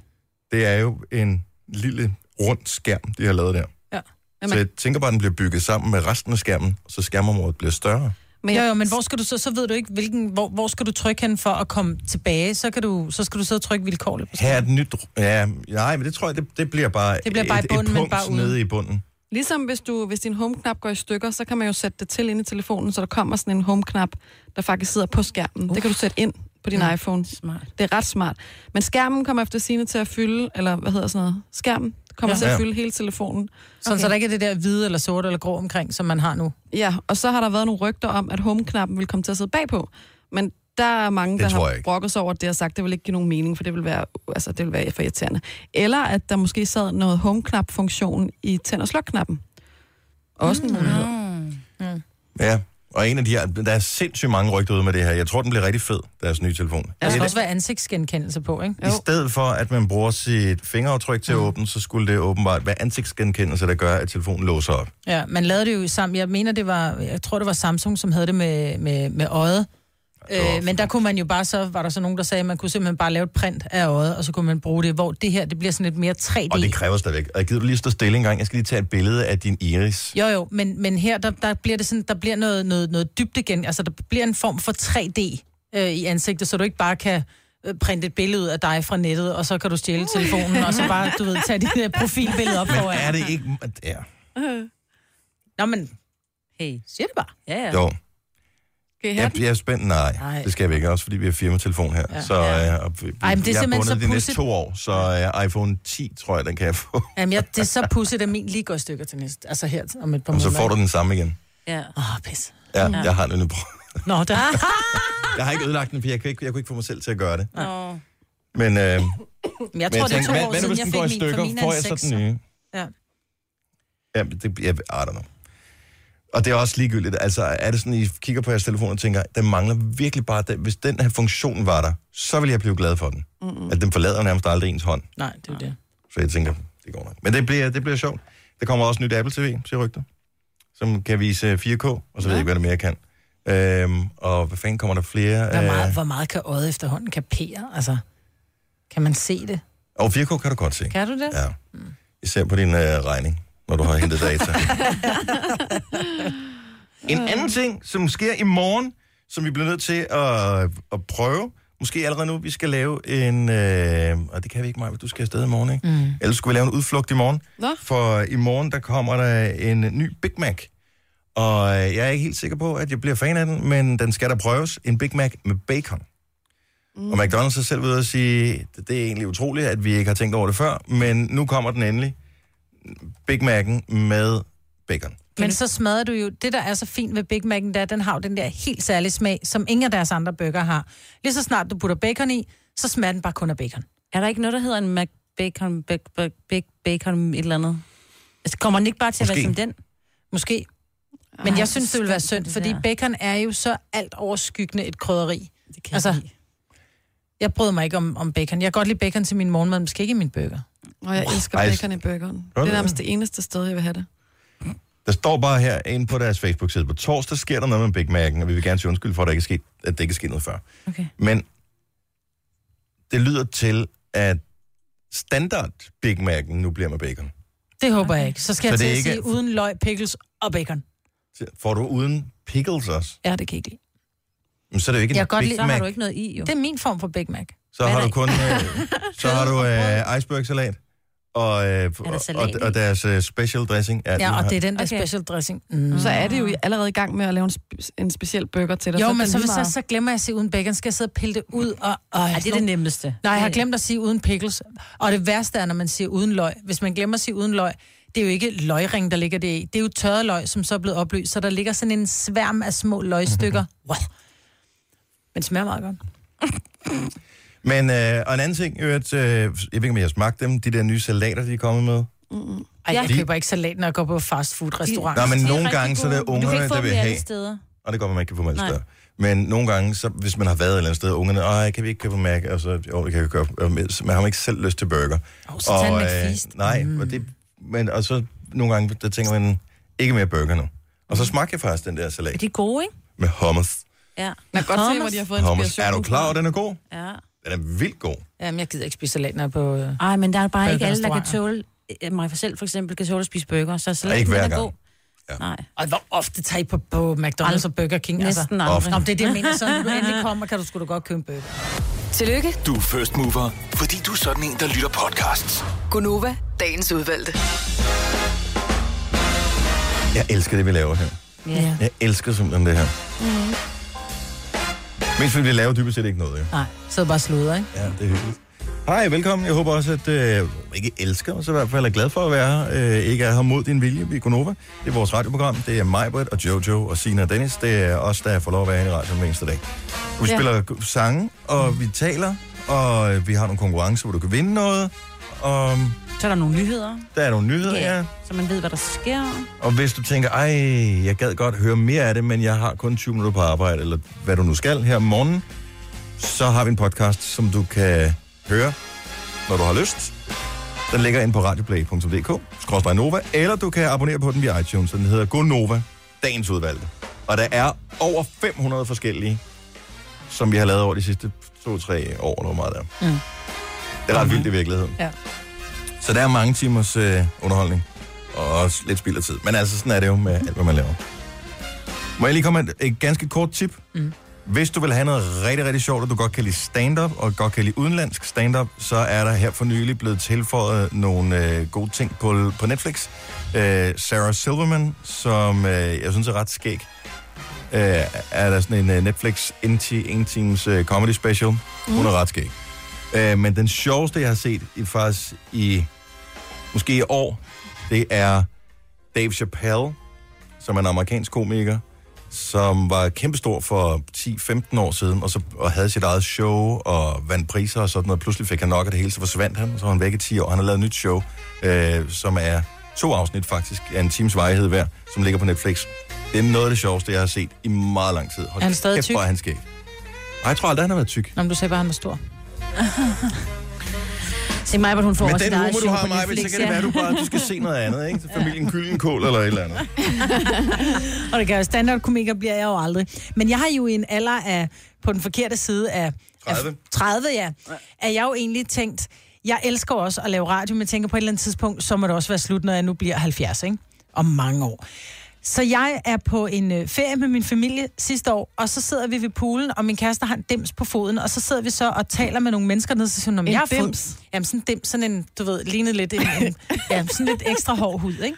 [SPEAKER 1] Det er jo en lille rund skærm, de har lavet der.
[SPEAKER 3] Ja.
[SPEAKER 1] Så jeg tænker bare, at den bliver bygget sammen med resten af skærmen, så skærmområdet bliver større.
[SPEAKER 4] Men
[SPEAKER 3] Jo, jo, men hvor skal du så, så ved du ikke, hvilken, hvor, hvor skal du trykke hen for at komme tilbage, så, kan du, så skal du sidde og trykke vilkårligt. på
[SPEAKER 1] Her er et nyt... Ja, nej, men det tror jeg, det, det bliver bare,
[SPEAKER 3] Det bliver bare i
[SPEAKER 1] et,
[SPEAKER 3] bunden,
[SPEAKER 1] et
[SPEAKER 3] men
[SPEAKER 1] punkt
[SPEAKER 3] bare uden.
[SPEAKER 1] nede i bunden.
[SPEAKER 4] Ligesom hvis, du, hvis din home-knap går i stykker, så kan man jo sætte det til ind i telefonen, så der kommer sådan en home-knap, der faktisk sidder på skærmen. Det kan du sætte ind på din iPhone.
[SPEAKER 2] Smart.
[SPEAKER 4] Det er ret smart. Men skærmen kommer efter sine til at fylde, eller hvad hedder sådan noget? Skærmen kommer ja. til
[SPEAKER 1] Ja.
[SPEAKER 4] at fylde hele telefonen.
[SPEAKER 3] Sådan, okay. så der ikke er det der hvide eller sorte eller grå omkring, som man har nu.
[SPEAKER 4] Ja, og så har der været nogle rygter om, at home-knappen vil komme til at sidde bagpå. Men der er mange,
[SPEAKER 1] Det
[SPEAKER 4] der
[SPEAKER 1] tror
[SPEAKER 4] har
[SPEAKER 1] jeg ikke.
[SPEAKER 4] brokket sig over det og sagt, det vil ikke give nogen mening, for det vil være, altså, det vil være for irriterende. Eller at der måske sad noget home-knap-funktion i tænd- og sluk-knappen. Også
[SPEAKER 3] Mm.
[SPEAKER 4] en mulighed.
[SPEAKER 1] Ja, og en af de her, der er sindssygt mange rygter ude med det her. Jeg tror, den bliver rigtig fed, deres nye telefon.
[SPEAKER 3] Der skal
[SPEAKER 1] det,
[SPEAKER 3] også være ansigtsgenkendelse på, ikke?
[SPEAKER 1] I stedet for, at man bruger sit fingeraftryk
[SPEAKER 3] Mm.
[SPEAKER 1] til at åbne, så skulle det åbenbart være ansigtsgenkendelse, der gør, at telefonen låser op.
[SPEAKER 3] Ja, man lavede det jo sammen. Jeg mener, det var, jeg tror, det var Samsung, som havde det med, med, med øjet.
[SPEAKER 1] var-
[SPEAKER 3] Øh, men der kunne man jo bare så, var der så nogen, der sagde, at man kunne simpelthen bare lave et print af øjet, og så kunne man bruge det, hvor det her, det bliver sådan lidt mere 3D.
[SPEAKER 1] Og det kræver stadigvæk. Og gider du lige stå stille en gang? Jeg skal lige tage et billede af din iris.
[SPEAKER 3] Jo, jo, men, men her, der, der bliver det sådan, der bliver noget, noget, noget dybt igen. Altså, der bliver en form for 3D øh, i ansigtet, så du ikke bare kan øh, printe et billede ud af dig fra nettet, og så kan du stjæle telefonen, og så bare, du ved, tage dit øh, profilbillede op
[SPEAKER 1] Men er
[SPEAKER 3] foran.
[SPEAKER 1] det ikke... Ja,
[SPEAKER 3] Nå, men
[SPEAKER 2] Hey.
[SPEAKER 3] siger det bare.
[SPEAKER 2] Ja, ja.
[SPEAKER 1] jo.
[SPEAKER 4] Kan I have
[SPEAKER 1] Jeg,
[SPEAKER 4] den?
[SPEAKER 1] jeg er spændt. Nej,
[SPEAKER 3] Nej.
[SPEAKER 1] det skal vi ikke. Også fordi vi har firmatelefon her. Ja. Så øh, og,
[SPEAKER 3] Ej, men det er
[SPEAKER 1] jeg
[SPEAKER 3] simpelthen så
[SPEAKER 1] bundet de næste
[SPEAKER 3] pudsigt.
[SPEAKER 1] to år, så øh, iPhone 10, tror jeg, den kan jeg få.
[SPEAKER 3] Jamen, jeg, det er så pudset, at min lige går i stykker til næste. Altså her om et par
[SPEAKER 1] Og
[SPEAKER 3] måneder.
[SPEAKER 1] så får du den samme igen.
[SPEAKER 2] ja.
[SPEAKER 3] Åh, oh, pis.
[SPEAKER 1] Ja, jeg har den nu.
[SPEAKER 3] Nå, der...
[SPEAKER 1] Jeg har ikke ødelagt den, for jeg, kan ikke, jeg kunne ikke få mig selv til at gøre det. øh,
[SPEAKER 2] Nå.
[SPEAKER 1] Men, øh,
[SPEAKER 3] Men jeg
[SPEAKER 1] Men
[SPEAKER 3] tror,
[SPEAKER 1] jeg
[SPEAKER 3] det er
[SPEAKER 1] tænkte,
[SPEAKER 3] to
[SPEAKER 1] hvad, hvad
[SPEAKER 3] år
[SPEAKER 1] nu,
[SPEAKER 3] siden,
[SPEAKER 1] hvis
[SPEAKER 3] jeg
[SPEAKER 1] den
[SPEAKER 3] fik
[SPEAKER 1] går i
[SPEAKER 3] min, for
[SPEAKER 1] stykker?
[SPEAKER 3] min er
[SPEAKER 1] Får
[SPEAKER 3] en
[SPEAKER 1] jeg så
[SPEAKER 3] sekser.
[SPEAKER 1] den nye?
[SPEAKER 3] Ja.
[SPEAKER 1] Ja, det, jeg, I don't know. Og det er også ligegyldigt. Altså, er det sådan, I kigger på jeres telefon og tænker, den mangler virkelig bare den. Hvis den her funktion var der, så ville jeg blive glad for den. Mm-hmm. At den forlader nærmest aldrig ens hånd.
[SPEAKER 3] Nej, det er jo det.
[SPEAKER 1] Så jeg tænker, det går nok. Men det bliver, det bliver sjovt. Der kommer også nyt Apple TV, siger rygter, som kan vise 4K, og så ved jeg ikke, hvad det mere kan. Øhm, og hvad fanden kommer der flere?
[SPEAKER 3] Hvor
[SPEAKER 1] øh,
[SPEAKER 3] meget, hvor meget kan øjet efterhånden kapere? Altså, kan man se det?
[SPEAKER 1] Øh, Og 4K kan du godt se.
[SPEAKER 3] Kan du det?
[SPEAKER 1] Ja. Især på din øh, regning, når du har hentet data. en anden ting, som sker i morgen, som vi bliver nødt til at, at prøve, måske allerede nu, vi skal lave en... Øh, og det kan vi ikke meget, du skal afsted i morgen, ikke? Mm. Ellers skulle vi lave en udflugt i morgen.
[SPEAKER 4] Nå.
[SPEAKER 1] For øh, i morgen, der kommer der en ny Big Mac. Og øh, jeg er ikke helt sikker på, at jeg bliver fan af den, men den skal der prøves. En Big Mac med bacon. Mm. Og McDonald's er selv ved at sige, det det er egentlig utroligt, at vi ikke har tænkt over det før, men nu kommer den endelig. Big Mac'en med bacon.
[SPEAKER 3] Men så smadrer du jo, det der er så fint ved Big Mac'en, der den har jo den der helt særlige smag, som ingen af deres andre bøger har. Lige så snart du putter bacon i, så smager den bare kun af bacon.
[SPEAKER 2] Er der ikke noget, der hedder en McBacon, big, big, big bacon, et eller andet? Altså, kommer den ikke bare til at være
[SPEAKER 1] Måske.
[SPEAKER 2] som den?
[SPEAKER 3] Måske. Men
[SPEAKER 2] Ej,
[SPEAKER 3] jeg synes, det ville være synd,
[SPEAKER 2] det
[SPEAKER 3] fordi
[SPEAKER 2] der.
[SPEAKER 3] bacon er jo så alt overskyggende et krydderi.
[SPEAKER 2] Det kan
[SPEAKER 3] Altså, jeg bryder mig ikke om, om bacon. Jeg kan godt lide bacon til min morgenmad, men måske ikke i min burger.
[SPEAKER 4] Og jeg elsker
[SPEAKER 1] Ej,
[SPEAKER 4] bacon i burgeren.
[SPEAKER 1] du
[SPEAKER 4] Det er
[SPEAKER 1] det?
[SPEAKER 4] nærmest det eneste sted, jeg vil have det.
[SPEAKER 1] Der står bare her inde på deres Facebook-side. På torsdag sker der noget med Big Mac'en, og vi vil gerne sige undskyld for, at der ikke er sket, at det ikke er sket noget før.
[SPEAKER 2] Okay.
[SPEAKER 1] Men det lyder til, at standard Big Mac'en nu bliver med bacon.
[SPEAKER 3] Det håber jeg ikke. Så skal
[SPEAKER 1] Så
[SPEAKER 3] jeg
[SPEAKER 1] det
[SPEAKER 3] til
[SPEAKER 1] er
[SPEAKER 3] at
[SPEAKER 1] ikke-
[SPEAKER 3] sige uden løg, pickles og bacon.
[SPEAKER 1] Så Får du uden pickles også?
[SPEAKER 3] Ja, det kan jeg ikke lide.
[SPEAKER 1] Men så er det jo ikke
[SPEAKER 3] Jeg
[SPEAKER 1] en
[SPEAKER 3] kan godt
[SPEAKER 1] Big
[SPEAKER 3] lide-
[SPEAKER 2] Så
[SPEAKER 1] Mac.
[SPEAKER 2] har du ikke noget i, jo.
[SPEAKER 3] Det er min form for Big Mac.
[SPEAKER 1] Så har
[SPEAKER 2] Hvad
[SPEAKER 1] du
[SPEAKER 2] er
[SPEAKER 1] kun øh, så har du øh, icebergsalat og, øh, og,
[SPEAKER 2] salat
[SPEAKER 1] og,
[SPEAKER 2] i?
[SPEAKER 1] og deres øh, special dressing. den
[SPEAKER 3] Ja, og
[SPEAKER 1] har-
[SPEAKER 3] det er den der
[SPEAKER 2] Okay.
[SPEAKER 3] special dressing. Mm.
[SPEAKER 4] Så er det jo allerede i gang med at lave en, spe- en speciel burger til dig.
[SPEAKER 3] Jo,
[SPEAKER 4] er
[SPEAKER 3] men
[SPEAKER 4] det
[SPEAKER 3] så,
[SPEAKER 4] lige
[SPEAKER 3] hvis jeg
[SPEAKER 4] meget.
[SPEAKER 3] så glemmer jeg at sige uden bacon, skal jeg sidde og pille det ud. Og, og,
[SPEAKER 2] Ja, det er det nemmeste.
[SPEAKER 3] Nej, jeg har glemt at sige uden pickles. Og det værste er, når man siger uden løg. Hvis man glemmer at sige uden løg, det er jo ikke løgring, der ligger det i. Det er jo tørret løg, som så er blevet opløst. Så der ligger sådan en sværm af små løgstykker. Wow. Men det smager meget godt.
[SPEAKER 1] Men øh, og en anden ting, i øvrigt, øh, jeg ved ikke, om jeg har smagt dem, de der nye salater, de er kommet med.
[SPEAKER 3] Ej, jeg
[SPEAKER 1] De-
[SPEAKER 3] køber ikke salat, når jeg går på fastfood-restaurant.
[SPEAKER 1] Nej, men
[SPEAKER 2] De er
[SPEAKER 1] nogle
[SPEAKER 2] rigtig
[SPEAKER 1] gange, så er det
[SPEAKER 2] gode. Men du kan
[SPEAKER 1] ungerne,
[SPEAKER 2] ikke få
[SPEAKER 1] der vil
[SPEAKER 2] dem i alle
[SPEAKER 1] have.
[SPEAKER 2] steder.
[SPEAKER 1] Og det går, man ikke kan få mad
[SPEAKER 2] Nej.
[SPEAKER 1] større. Men nogle gange, så, hvis man har været et eller andet sted, ungerne, nej, kan vi ikke købe en Mac? Og så, jo, det kan jeg godt. Og men- så Man har ikke selv lyst til burger.
[SPEAKER 3] Åh, så tag en McFeast.
[SPEAKER 1] nej, mm. og, det, men, og så nogle gange, der tænker man, ikke mere burger nu. Og så smagte jeg faktisk den der salat
[SPEAKER 2] De Mm. er gode, ikke?
[SPEAKER 1] med hummus.
[SPEAKER 2] Ja.
[SPEAKER 4] Man kan godt se, hvor de har fået
[SPEAKER 1] Hummus,
[SPEAKER 4] inspiration.
[SPEAKER 1] er du klar over, den er god?
[SPEAKER 2] ja.
[SPEAKER 1] Den er vildt god.
[SPEAKER 3] Jamen, jeg gider ikke spise salat, når jeg er på... øh,
[SPEAKER 2] Ej, men der er bare ikke alle, der kan
[SPEAKER 3] Burgerrestauranter.
[SPEAKER 2] tåle... øh, Mig for selv for eksempel kan tåle at spise burger, så salaten
[SPEAKER 1] Ikke hver
[SPEAKER 2] den er
[SPEAKER 1] gang.
[SPEAKER 2] god. Ja. Nej,
[SPEAKER 3] Og hvor ofte tager I på, på McDonald's og Burger King? Altså.
[SPEAKER 2] næsten
[SPEAKER 1] Ofte.
[SPEAKER 2] aldrig.
[SPEAKER 3] Nå, men det er det, jeg mener. Så når du endelig kommer, kan du sgu da godt købe en burger.
[SPEAKER 6] Tillykke,
[SPEAKER 5] Du er first mover, fordi du er sådan en, der lytter podcasts.
[SPEAKER 6] Gunova, dagens udvalgte.
[SPEAKER 1] Jeg elsker det, vi laver her.
[SPEAKER 3] Ja.
[SPEAKER 1] Jeg elsker simpelthen det her. Mm. Mest fordi vi laver dybest set ikke noget, jo.
[SPEAKER 3] Nej, så bare sluder, ikke?
[SPEAKER 1] Ja, det er hyggeligt. Hej, velkommen. Jeg håber også, at øh, ikke elsker, men så i hvert fald er glad for at være her. Øh, ikke er her mod din vilje i Gonova. Det er vores radioprogram. Det er mig, Britt, og Jojo og Sina og Dennis. Det er os, der får lov at være her i radioen hver eneste dag. Vi ja.
[SPEAKER 4] Ja.
[SPEAKER 1] spiller g- sange, og vi taler, og øh, vi har nogle konkurrencer, hvor du kan vinde noget. Og
[SPEAKER 2] Så er der nogle nyheder,
[SPEAKER 1] der er nogle nyheder, ja.
[SPEAKER 2] ja. så man ved, hvad der sker.
[SPEAKER 1] Og hvis du tænker, ej, jeg gad godt høre mere af det, men jeg har kun 20 minutter på arbejde, eller hvad du nu skal her om morgenen, så har vi en podcast, som du kan høre, når du har lyst. Den ligger inde på radioplay.dk, skråstrej Nova, eller du kan abonnere på den via iTunes, den hedder GoNova, dagens udvalgte. Og der er over 500 forskellige, som vi har lavet over de sidste 2-3 år, eller hvor meget der. Mm. Det er ret vildt i virkeligheden.
[SPEAKER 3] Ja.
[SPEAKER 1] Så der er mange timers øh, underholdning og også lidt spild af tid. Men altså, sådan er det jo med alt, hvad man laver. Må jeg lige komme med et, et ganske kort tip? Mm. Hvis du vil have noget rigtig, rigtig sjovt, og du godt kan lide stand-up, og godt kan lide udenlandsk stand-up, så er der her for nylig blevet tilføjet nogle øh, gode ting på, på Netflix. Øh, Sarah Silverman, som øh, jeg synes er ret skæg, øh, er der sådan en øh, Netflix NT 1 Teams øh, comedy special. Mm. Hun er ret skæg. Øh, men den sjoveste, jeg har set i faktisk i måske i år, det er Dave Chappelle, som er en amerikansk komiker, som var kæmpestor for 10-15 år siden, og, så, og havde sit eget show, og vandt priser og sådan noget. Pludselig fik han nok af det hele, så forsvandt han, og så var han væk i 10 år. Han har lavet et nyt show, øh, som er to afsnit faktisk, af en times varighed hver, som ligger på Netflix. Det er noget af det sjoveste, jeg har set i meget lang tid. Hold
[SPEAKER 3] Er han stadig
[SPEAKER 1] kæft,
[SPEAKER 3] tyk?
[SPEAKER 1] hvor er han skæg. Nej, jeg tror aldrig, han har været tyk.
[SPEAKER 3] Nå, men du sagde bare, han var stor.
[SPEAKER 2] Se mig, hvor hun får
[SPEAKER 1] Men
[SPEAKER 2] også
[SPEAKER 1] den
[SPEAKER 2] sit
[SPEAKER 1] humor,
[SPEAKER 2] eget
[SPEAKER 1] du
[SPEAKER 2] show
[SPEAKER 1] har,
[SPEAKER 2] på
[SPEAKER 1] Maja, så
[SPEAKER 2] Netflix,
[SPEAKER 1] kan det
[SPEAKER 2] ja.
[SPEAKER 1] være, du bare du skal se noget andet, ikke? Familien Kyldenkål eller et eller andet.
[SPEAKER 3] Og det gør jeg. standardkomiker bliver jeg jo aldrig. Men jeg har jo i en alder af, på den forkerte side af
[SPEAKER 1] 30.
[SPEAKER 3] Af 30, ja. Er jeg jo egentlig tænkt, jeg elsker også at lave radio, men jeg tænker på et eller andet tidspunkt, så må det også være slut, når jeg nu bliver 70, ikke? Om mange år. Så jeg er på en øh, ferie med min familie sidste år, og så sidder vi ved poolen, og min kæreste har en dims på foden, og så sidder vi så og taler med nogle mennesker nede, så siger hun, "Nå,
[SPEAKER 4] En
[SPEAKER 3] jeg har fået...
[SPEAKER 4] dims?
[SPEAKER 3] Jamen sådan en dims, sådan en, du ved, lignede lidt en, en ja, sådan lidt ekstra hård hud, ikke?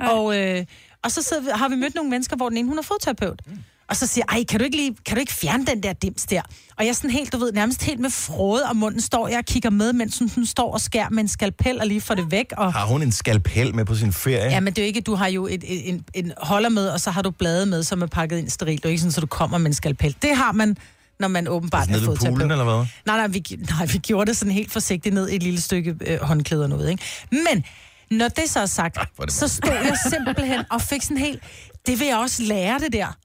[SPEAKER 3] Og, øh, og så sidder vi, har vi mødt nogle mennesker, hvor den ene, hun er fodterapeut. Og så siger jeg, ej, kan du, ikke lige, kan du ikke fjerne den der dims der? Og jeg er sådan helt, du ved, nærmest helt med frode, og munden står jeg og kigger med, mens hun sådan står og skærer med en skalpel og lige får det væk. Og,
[SPEAKER 1] Har hun en skalpel med på sin ferie?
[SPEAKER 3] Ja, men det er jo ikke, du har jo et, et, en, en holder med, og så har du blade med, som er pakket ind sterilt. Det er jo ikke sådan, at du kommer med en skalpel. Det har man, når man åbenbart
[SPEAKER 1] Altså Nede
[SPEAKER 3] har
[SPEAKER 1] ved
[SPEAKER 3] fået
[SPEAKER 1] poolen, eller hvad?
[SPEAKER 3] Nej, nej, vi, gi- nej, vi gjorde det sådan helt forsigtigt ned i et lille stykke øh, håndklæder og noget, ikke? Men når det så er sagt,
[SPEAKER 1] hvor er det
[SPEAKER 3] så stod jeg simpelthen og fik sådan helt, det vil jeg også lære det der.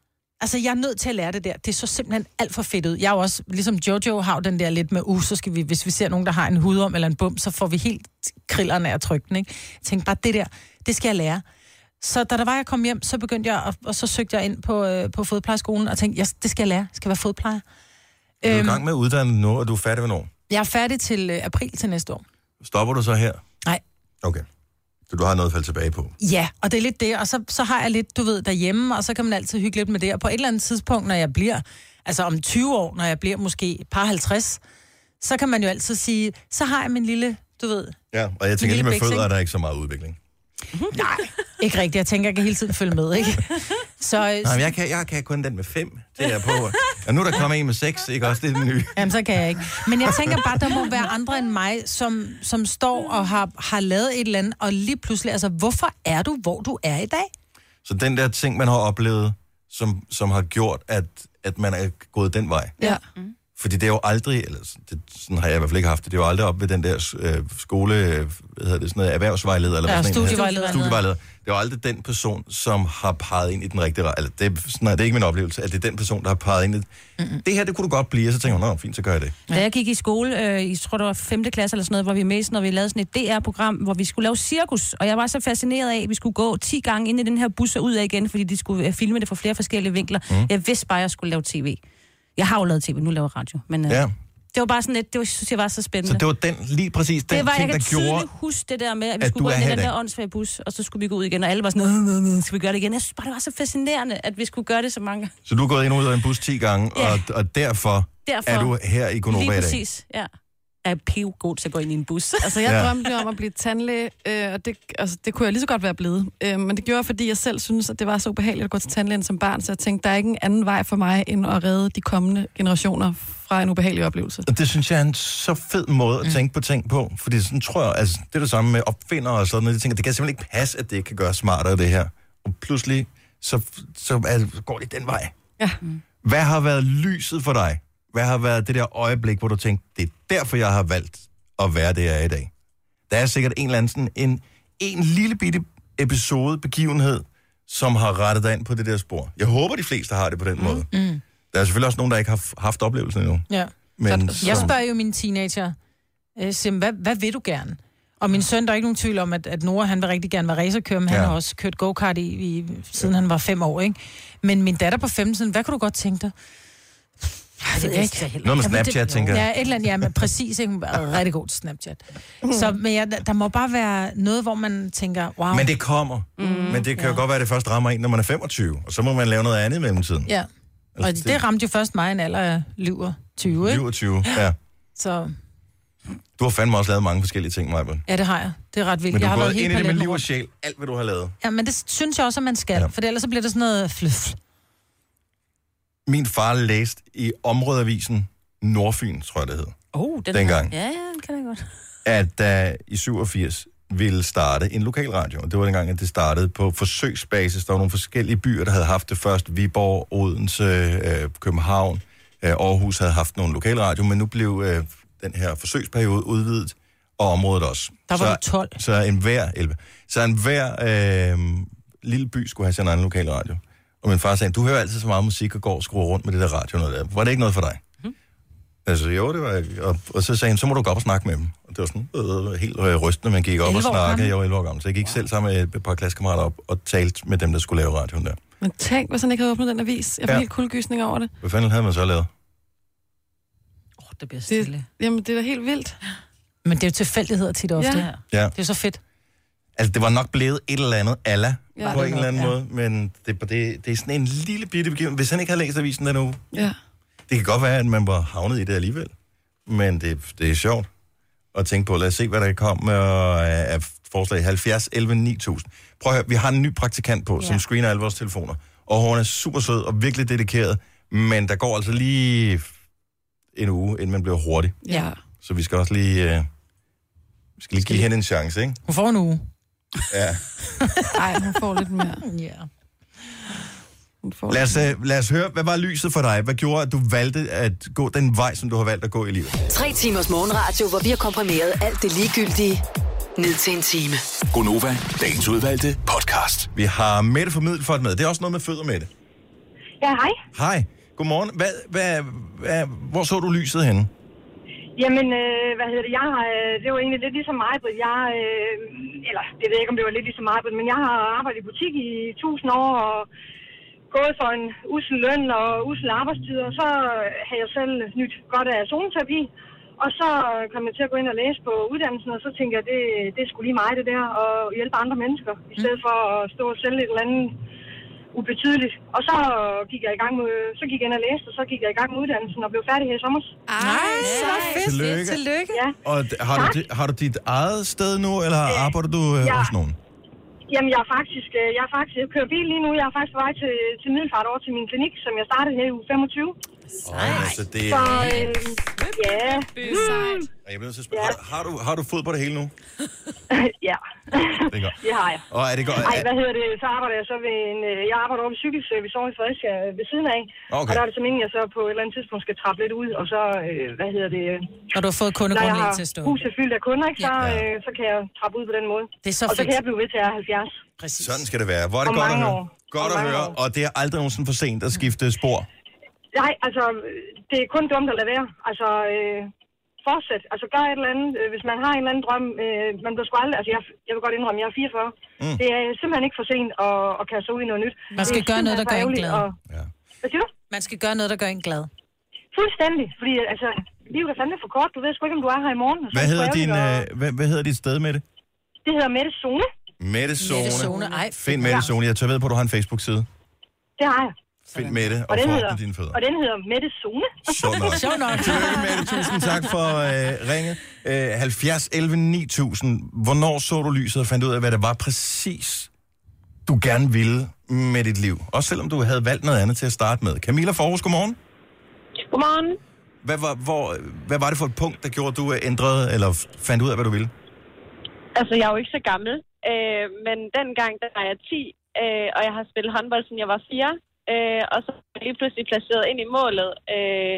[SPEAKER 3] Altså, jeg er nødt til at lære det der. Det så simpelthen alt for fedt ud. Jeg er jo også, ligesom Jojo har jo den der lidt med, uh, så skal vi, hvis vi ser nogen, der har en hudom eller en bum, så får vi helt krillerne af at trykke den, ikke? Jeg tænkte bare, det der, det skal jeg lære. Så da der var, jeg kom hjem, så begyndte jeg, at, og så søgte jeg ind på, øh, på fodplejeskolen og tænkte, jeg, det skal jeg lære. Jeg skal være fodplejer.
[SPEAKER 1] Du
[SPEAKER 3] Øhm.
[SPEAKER 1] er i gang med at uddanne dig nu, og du er færdig hvornår?
[SPEAKER 3] Jeg er færdig til øh, april til næste år.
[SPEAKER 1] Stopper du så her?
[SPEAKER 3] Nej.
[SPEAKER 1] Okay. Så du har noget at falde tilbage på.
[SPEAKER 3] Ja, og det er lidt det. Og så, så har jeg lidt, du ved, derhjemme, og så kan man altid hygge lidt med det. Og på et eller andet tidspunkt, når jeg bliver, altså om 20 år, når jeg bliver måske et par 50, så kan man jo altid sige, så har jeg min lille, du ved,
[SPEAKER 1] Ja, og jeg tænker lige
[SPEAKER 3] lille
[SPEAKER 1] med
[SPEAKER 3] biks,
[SPEAKER 1] fødder,
[SPEAKER 3] ikke?
[SPEAKER 1] er der ikke så meget udvikling.
[SPEAKER 3] nej, ikke rigtigt. Jeg tænker, jeg kan hele tiden følge med, ikke? Så,
[SPEAKER 1] Nej,
[SPEAKER 3] Nej,
[SPEAKER 1] men jeg kan, jeg kan kun den med fem, det er jeg på. Og nu er der kommet en med seks, ikke også? Det er den nye.
[SPEAKER 3] Jamen, så kan jeg ikke. Men jeg tænker bare, der må være andre end mig, som, som står og har, har lavet et eller andet, og lige pludselig, altså, hvorfor er du, hvor du er i dag?
[SPEAKER 1] Så den der ting, man har oplevet, som, som har gjort, at, at man er gået den vej.
[SPEAKER 4] Ja.
[SPEAKER 2] Mm.
[SPEAKER 1] Fordi det er jo aldrig, eller sådan- det, sådan har jeg i hvert fald ikke haft det, det er jo aldrig op ved den der øh, skole, øh, hvad hedder det, sådan noget, erhvervsvejleder, eller
[SPEAKER 3] Ja,
[SPEAKER 1] hvad sådan en hedder.
[SPEAKER 3] studievejleder.
[SPEAKER 1] studievejleder. Det er jo aldrig den person, som har peget ind i den rigtige vej. Altså, det, er- sådan er det er ikke min oplevelse, at det er den person, der har peget ind i mm det her, det kunne du godt blive, og så tænker jeg, nå, fint, så gør jeg det.
[SPEAKER 2] Da jeg gik i skole, øh, i tror det var 5. klasse eller sådan noget, hvor vi mest, når vi lavede sådan et DR-program, hvor vi skulle lave cirkus. Og jeg var så fascineret af, at vi skulle gå 10 gange ind i den her bus og ud af igen, fordi de skulle øh, filme det fra flere forskellige vinkler. Mm. Jeg vidste bare, at jeg skulle lave tv. Jeg har jo lavet tv, nu laver jeg radio. Men øh,
[SPEAKER 1] Ja.
[SPEAKER 2] ja. det var bare sådan lidt, det var, synes jeg var så spændende.
[SPEAKER 1] Så det var den, lige præcis den
[SPEAKER 2] det var, jeg
[SPEAKER 1] ting,
[SPEAKER 2] kan
[SPEAKER 1] der gjorde...
[SPEAKER 2] tydeligt huske det der med, at vi
[SPEAKER 1] at du
[SPEAKER 2] skulle gå
[SPEAKER 1] er
[SPEAKER 2] ind i
[SPEAKER 1] her i
[SPEAKER 2] den
[SPEAKER 1] dag.
[SPEAKER 2] der åndssvage bus, og så skulle vi gå ud igen, og alle var sådan, "Nå, nå, nå, skal vi gøre det igen? Jeg synes bare, det var så fascinerende, at vi skulle gøre det så mange gange.
[SPEAKER 1] Så du er gået ind og ud af en bus 10 gange,
[SPEAKER 2] Ja.
[SPEAKER 1] og, og derfor,
[SPEAKER 2] Derfor.
[SPEAKER 1] er du her i Konoba i
[SPEAKER 2] Lige
[SPEAKER 1] dag.
[SPEAKER 2] præcis, ja. Jeg er pivgod til at gå ind i en bus.
[SPEAKER 4] Altså, jeg
[SPEAKER 1] Ja.
[SPEAKER 4] ja. drømte jo om at blive tandlæge, øh, og det, altså, det kunne jeg lige så godt være blevet. Øh, men det gjorde jeg, fordi jeg selv synes, at det var så ubehageligt at gå til tandlægen som barn, så jeg tænkte, der er ikke en anden vej for mig, end at redde de kommende generationer fra en ubehagelig oplevelse.
[SPEAKER 1] Og det synes jeg er en så fed måde at tænke på ting på. Fordi sådan tror jeg, altså, det er det samme med opfindere og sådan noget. De tænker, det kan simpelthen ikke passe, at det ikke kan gøre smartere, det her. Og pludselig, så, så altså, går det den vej.
[SPEAKER 4] Ja.
[SPEAKER 1] Hvad har været lyset for dig? Hvad har været det der øjeblik, hvor du tænkte, det er derfor, jeg har valgt at være det, jeg er i dag? Der er sikkert en eller anden sådan, en, en lille bitte episode, begivenhed, som har rettet dig ind på det der spor. Jeg håber, de fleste har det på den måde. Mm. Der er selvfølgelig også nogen, der ikke har f- haft oplevelsen endnu.
[SPEAKER 3] Ja.
[SPEAKER 1] Men
[SPEAKER 3] Jeg
[SPEAKER 1] som-
[SPEAKER 3] spørger jo mine teenager, øh, Sim, hvad, hvad vil du gerne? Og min søn, der er ikke nogen tvivl om, at, at Nora, han vil rigtig gerne være racerkører, men ja.
[SPEAKER 1] Ja.
[SPEAKER 3] han har også kørt go-kart i, i, siden ja. han var fem år, ikke? Men min datter på 15, hvad kunne du godt tænke dig? Jeg ved ikke.
[SPEAKER 1] Noget med
[SPEAKER 3] Jamen, det-
[SPEAKER 1] Snapchat, tænker jeg.
[SPEAKER 3] Ja, et eller andet, ja, men præcis, ikke? Hun er rigtig god til Snapchat. Så, men ja, der- der må bare være noget, hvor man tænker, wow.
[SPEAKER 1] Men det kommer. Mm, men det kan jo godt være, at det først rammer en, når man er 25. Og så må man lave noget andet i mellemtiden.
[SPEAKER 3] Ja. Og
[SPEAKER 1] Altså,
[SPEAKER 3] det,
[SPEAKER 1] det-
[SPEAKER 3] det ramte jo først mig i en alder af liv og 20, ikke?
[SPEAKER 1] 27, ja.
[SPEAKER 3] Så
[SPEAKER 1] Du har fandme også lavet mange forskellige ting, Michael.
[SPEAKER 3] ja, det har jeg. Det er ret vildt.
[SPEAKER 1] Men du
[SPEAKER 3] jeg
[SPEAKER 1] har
[SPEAKER 3] har
[SPEAKER 1] gået ind i det med
[SPEAKER 3] paletten
[SPEAKER 1] liv og
[SPEAKER 3] rundt.
[SPEAKER 1] sjæl. Alt, hvad du har lavet.
[SPEAKER 3] Ja, men det synes jeg også, at man skal,
[SPEAKER 1] Ja.
[SPEAKER 3] ja. for ellers så bliver det sådan noget fluff.
[SPEAKER 1] Min far læste i Områdeavisen Nordfyn, tror jeg det hed,
[SPEAKER 2] Oh, den
[SPEAKER 1] dengang,
[SPEAKER 2] Ja, ja, den kan jeg godt.
[SPEAKER 1] at der i 87 ville starte en lokalradio. Og det var dengang, at det startede på forsøgsbasis. Der var nogle forskellige byer, der havde haft det først. Viborg, Odense, øh, København, øh, Aarhus havde haft nogle lokalradio, men nu blev øh, den her forsøgsperiode udvidet, og området også.
[SPEAKER 3] Der var
[SPEAKER 1] så,
[SPEAKER 3] du 12.
[SPEAKER 1] Så en hver, 11. Så en hver øh, lille by skulle have sin egen lokalradio. Og min far sagde, du hører altid så meget musik og går og skruer rundt med det der radio. og Noget der. Var det ikke noget for dig? Mm. Altså, jo, det var jeg. Og, og, så sagde han, så må du gå op og snakke med dem. Og det var sådan øh, helt øh, rystende, man gik op og
[SPEAKER 2] 11 år
[SPEAKER 1] snakkede.
[SPEAKER 2] gammel?
[SPEAKER 1] Jeg var 11 år gammel, så jeg gik wow. selv sammen med et par klassekammerater op og talte med dem, der skulle lave radioen der.
[SPEAKER 4] Men tænk, hvis han ikke havde åbnet den avis. Jeg fik
[SPEAKER 1] Ja.
[SPEAKER 4] ja. helt kuldegysning over det.
[SPEAKER 1] Hvad fanden havde man så lavet?
[SPEAKER 3] Åh, oh, det bliver stille.
[SPEAKER 4] det. Jamen, det er da helt vildt.
[SPEAKER 3] Men det er jo tilfældigheder tit ofte.
[SPEAKER 4] Ja.
[SPEAKER 3] Ja.
[SPEAKER 1] Ja.
[SPEAKER 3] Det er jo så fedt.
[SPEAKER 1] Altså, det var nok blevet et eller andet ala
[SPEAKER 4] Ja,
[SPEAKER 1] ja, på
[SPEAKER 4] det
[SPEAKER 1] en
[SPEAKER 4] var-
[SPEAKER 1] eller anden ja.
[SPEAKER 4] ja.
[SPEAKER 1] måde, men det, det, det er sådan en lille bitte begivenhed. Hvis han ikke havde læst avisen den uge,
[SPEAKER 4] Ja.
[SPEAKER 1] det kan godt være, at man var havnet i det alligevel, men det, det er sjovt at tænke på. Lad os se, hvad der kom af, af forslag 70 11 9000. Prøv at høre, vi har en ny praktikant på, ja. som screener alle vores telefoner, og hun er super sød og virkelig dedikeret, men der går altså lige en uge, inden man bliver hurtig.
[SPEAKER 4] Ja.
[SPEAKER 1] Så vi skal også lige, øh, vi skal lige give hende en chance, ikke?
[SPEAKER 3] Hun får en uge.
[SPEAKER 1] Ja.
[SPEAKER 4] Ej, hun får lidt mere.
[SPEAKER 3] Ja.
[SPEAKER 4] Hun får
[SPEAKER 1] Lad
[SPEAKER 4] lidt
[SPEAKER 1] os, øh, lad os høre, hvad var lyset for dig? Hvad gjorde, at du valgte at gå den vej, som du har valgt at gå i livet?
[SPEAKER 6] Tre timers morgenradio, hvor vi har komprimeret alt det ligegyldige ned til en time.
[SPEAKER 5] Gonova, dagens udvalgte podcast.
[SPEAKER 1] Vi har Mette fra Middelfart med. Det er også noget med fødder, Mette.
[SPEAKER 8] Ja, hej.
[SPEAKER 1] Hej, godmorgen. Hvad, hvad, hvad, hvor så du lyset henne?
[SPEAKER 8] Jamen, øh, hvad hedder det? Jeg har, øh, det var egentlig lidt ligesom mig, men jeg, øh, eller det ved jeg ikke, om det var lidt ligesom mig, men jeg har arbejdet i butik i tusind år og gået for en usel løn og usel arbejdstid, og så øh, har jeg selv nyt godt af zoneterapi. Og så kom jeg til at gå ind og læse på uddannelsen, og så tænkte jeg, det, det er sgu lige mig det der, og hjælpe andre mennesker, i stedet for at stå og sælge et eller andet ubetydeligt. Og så gik jeg i gang med, så gik jeg ind og læste, og så gik jeg i gang med uddannelsen og blev færdig her i sommer.
[SPEAKER 3] Nej, så fedt.
[SPEAKER 1] Tillykke.
[SPEAKER 3] Tillykke.
[SPEAKER 8] Ja.
[SPEAKER 1] Og d- har du, di- har du dit eget sted nu, eller arbejder du øh,
[SPEAKER 8] ja.
[SPEAKER 1] hos nogen?
[SPEAKER 8] Jamen, jeg er faktisk, øh, jeg er faktisk, jeg kører bil lige nu. Jeg er faktisk på vej til, til Middelfart over til min klinik, som jeg startede her i uge 25.
[SPEAKER 1] Nej. Altså, det,
[SPEAKER 8] Så,
[SPEAKER 1] er-
[SPEAKER 8] øh, ja,
[SPEAKER 1] jeg bliver nødt til at spørge, har, har, du, har du fod på det hele nu?
[SPEAKER 8] ja,
[SPEAKER 1] Det er godt.
[SPEAKER 8] det har jeg.
[SPEAKER 1] Og er det godt?
[SPEAKER 8] Ej,
[SPEAKER 1] Er,
[SPEAKER 8] hvad hedder det? Så arbejder jeg så ved en... øh, Jeg arbejder over ved cykelservice over i Fredericia øh, ved siden af.
[SPEAKER 1] Okay.
[SPEAKER 8] Og der er det så meningen, at jeg så på et eller andet tidspunkt skal trappe lidt ud, og så, øh, hvad hedder det... øh,
[SPEAKER 3] Når du har fået
[SPEAKER 8] Når jeg har
[SPEAKER 3] kundegrundlag til at stå.
[SPEAKER 8] huset fyldt af kunder, ikke, så,
[SPEAKER 1] Ja.
[SPEAKER 8] øh, så kan jeg trappe ud på den måde.
[SPEAKER 3] Det er så
[SPEAKER 8] og så
[SPEAKER 3] fedt.
[SPEAKER 8] kan jeg blive ved til at være 70.
[SPEAKER 3] Præcis.
[SPEAKER 1] sådan skal det være. Hvor er det
[SPEAKER 8] Om
[SPEAKER 1] godt at
[SPEAKER 8] mange
[SPEAKER 1] høre.
[SPEAKER 8] år.
[SPEAKER 1] Godt
[SPEAKER 8] Om
[SPEAKER 1] at
[SPEAKER 8] mange
[SPEAKER 1] høre,
[SPEAKER 8] år.
[SPEAKER 1] og det er aldrig nogensinde for sent at skifte spor.
[SPEAKER 8] Nej, altså, det er kun dumt at lade være. Altså, øh, fortsæt. Altså, gør et eller andet. Øh, Hvis man har en eller anden drøm, øh, man bliver sgu aldrig... Altså, jeg, jeg vil godt indrømme, jeg er 44. Mm. Det er simpelthen ikke for sent at, at kaste sig ud i noget nyt.
[SPEAKER 3] Man skal
[SPEAKER 8] Det er
[SPEAKER 3] gøre noget, der
[SPEAKER 8] simpelthen
[SPEAKER 3] gør
[SPEAKER 8] for
[SPEAKER 3] en
[SPEAKER 8] ærgerligt,
[SPEAKER 3] glad.
[SPEAKER 8] Og,
[SPEAKER 1] Ja.
[SPEAKER 8] hvad siger du?
[SPEAKER 3] Man skal gøre noget, der gør en glad.
[SPEAKER 8] Fuldstændig. Fordi, altså, livet er fandme for kort. Du ved sgu ikke, om du er her i morgen. og så er
[SPEAKER 1] Hvad
[SPEAKER 8] det
[SPEAKER 1] hedder,
[SPEAKER 8] sgu
[SPEAKER 1] din,
[SPEAKER 8] ærgerligt,
[SPEAKER 1] øh, hvad, hvad hedder dit sted, Mette?
[SPEAKER 8] og- Det hedder Mette Zone.
[SPEAKER 1] Mette Zone.
[SPEAKER 3] Mette Zone. Ej,
[SPEAKER 1] Find Mette Zone. Jeg tør ved på, at du har en Facebook-side.
[SPEAKER 8] Det har jeg.
[SPEAKER 1] Find Mette
[SPEAKER 8] Og
[SPEAKER 1] og
[SPEAKER 8] den,
[SPEAKER 1] forhåbentlig dine
[SPEAKER 8] hedder,
[SPEAKER 1] fødder.
[SPEAKER 8] og den hedder Mette Zone.
[SPEAKER 1] Sjovt nok.
[SPEAKER 3] Sjov nok.
[SPEAKER 1] Tillykke med det. Tusind tak for øh, ringet. Øh, 70 11 9000. Hvornår så du lyset og fandt ud af, hvad det var præcis, du gerne ville med dit liv? Også selvom du havde valgt noget andet til at starte med. Camilla Forhus, godmorgen.
[SPEAKER 8] Godmorgen.
[SPEAKER 1] Hvad var, hvor, hvad var det for et punkt, der gjorde, at du øh, ændrede eller f- fandt ud af, hvad du ville?
[SPEAKER 8] Altså, jeg er jo ikke så gammel, øh, men dengang, der var jeg 10, øh, og jeg har spillet håndbold, siden jeg var 4, øh, og så var jeg lige pludselig placeret ind i målet, øh,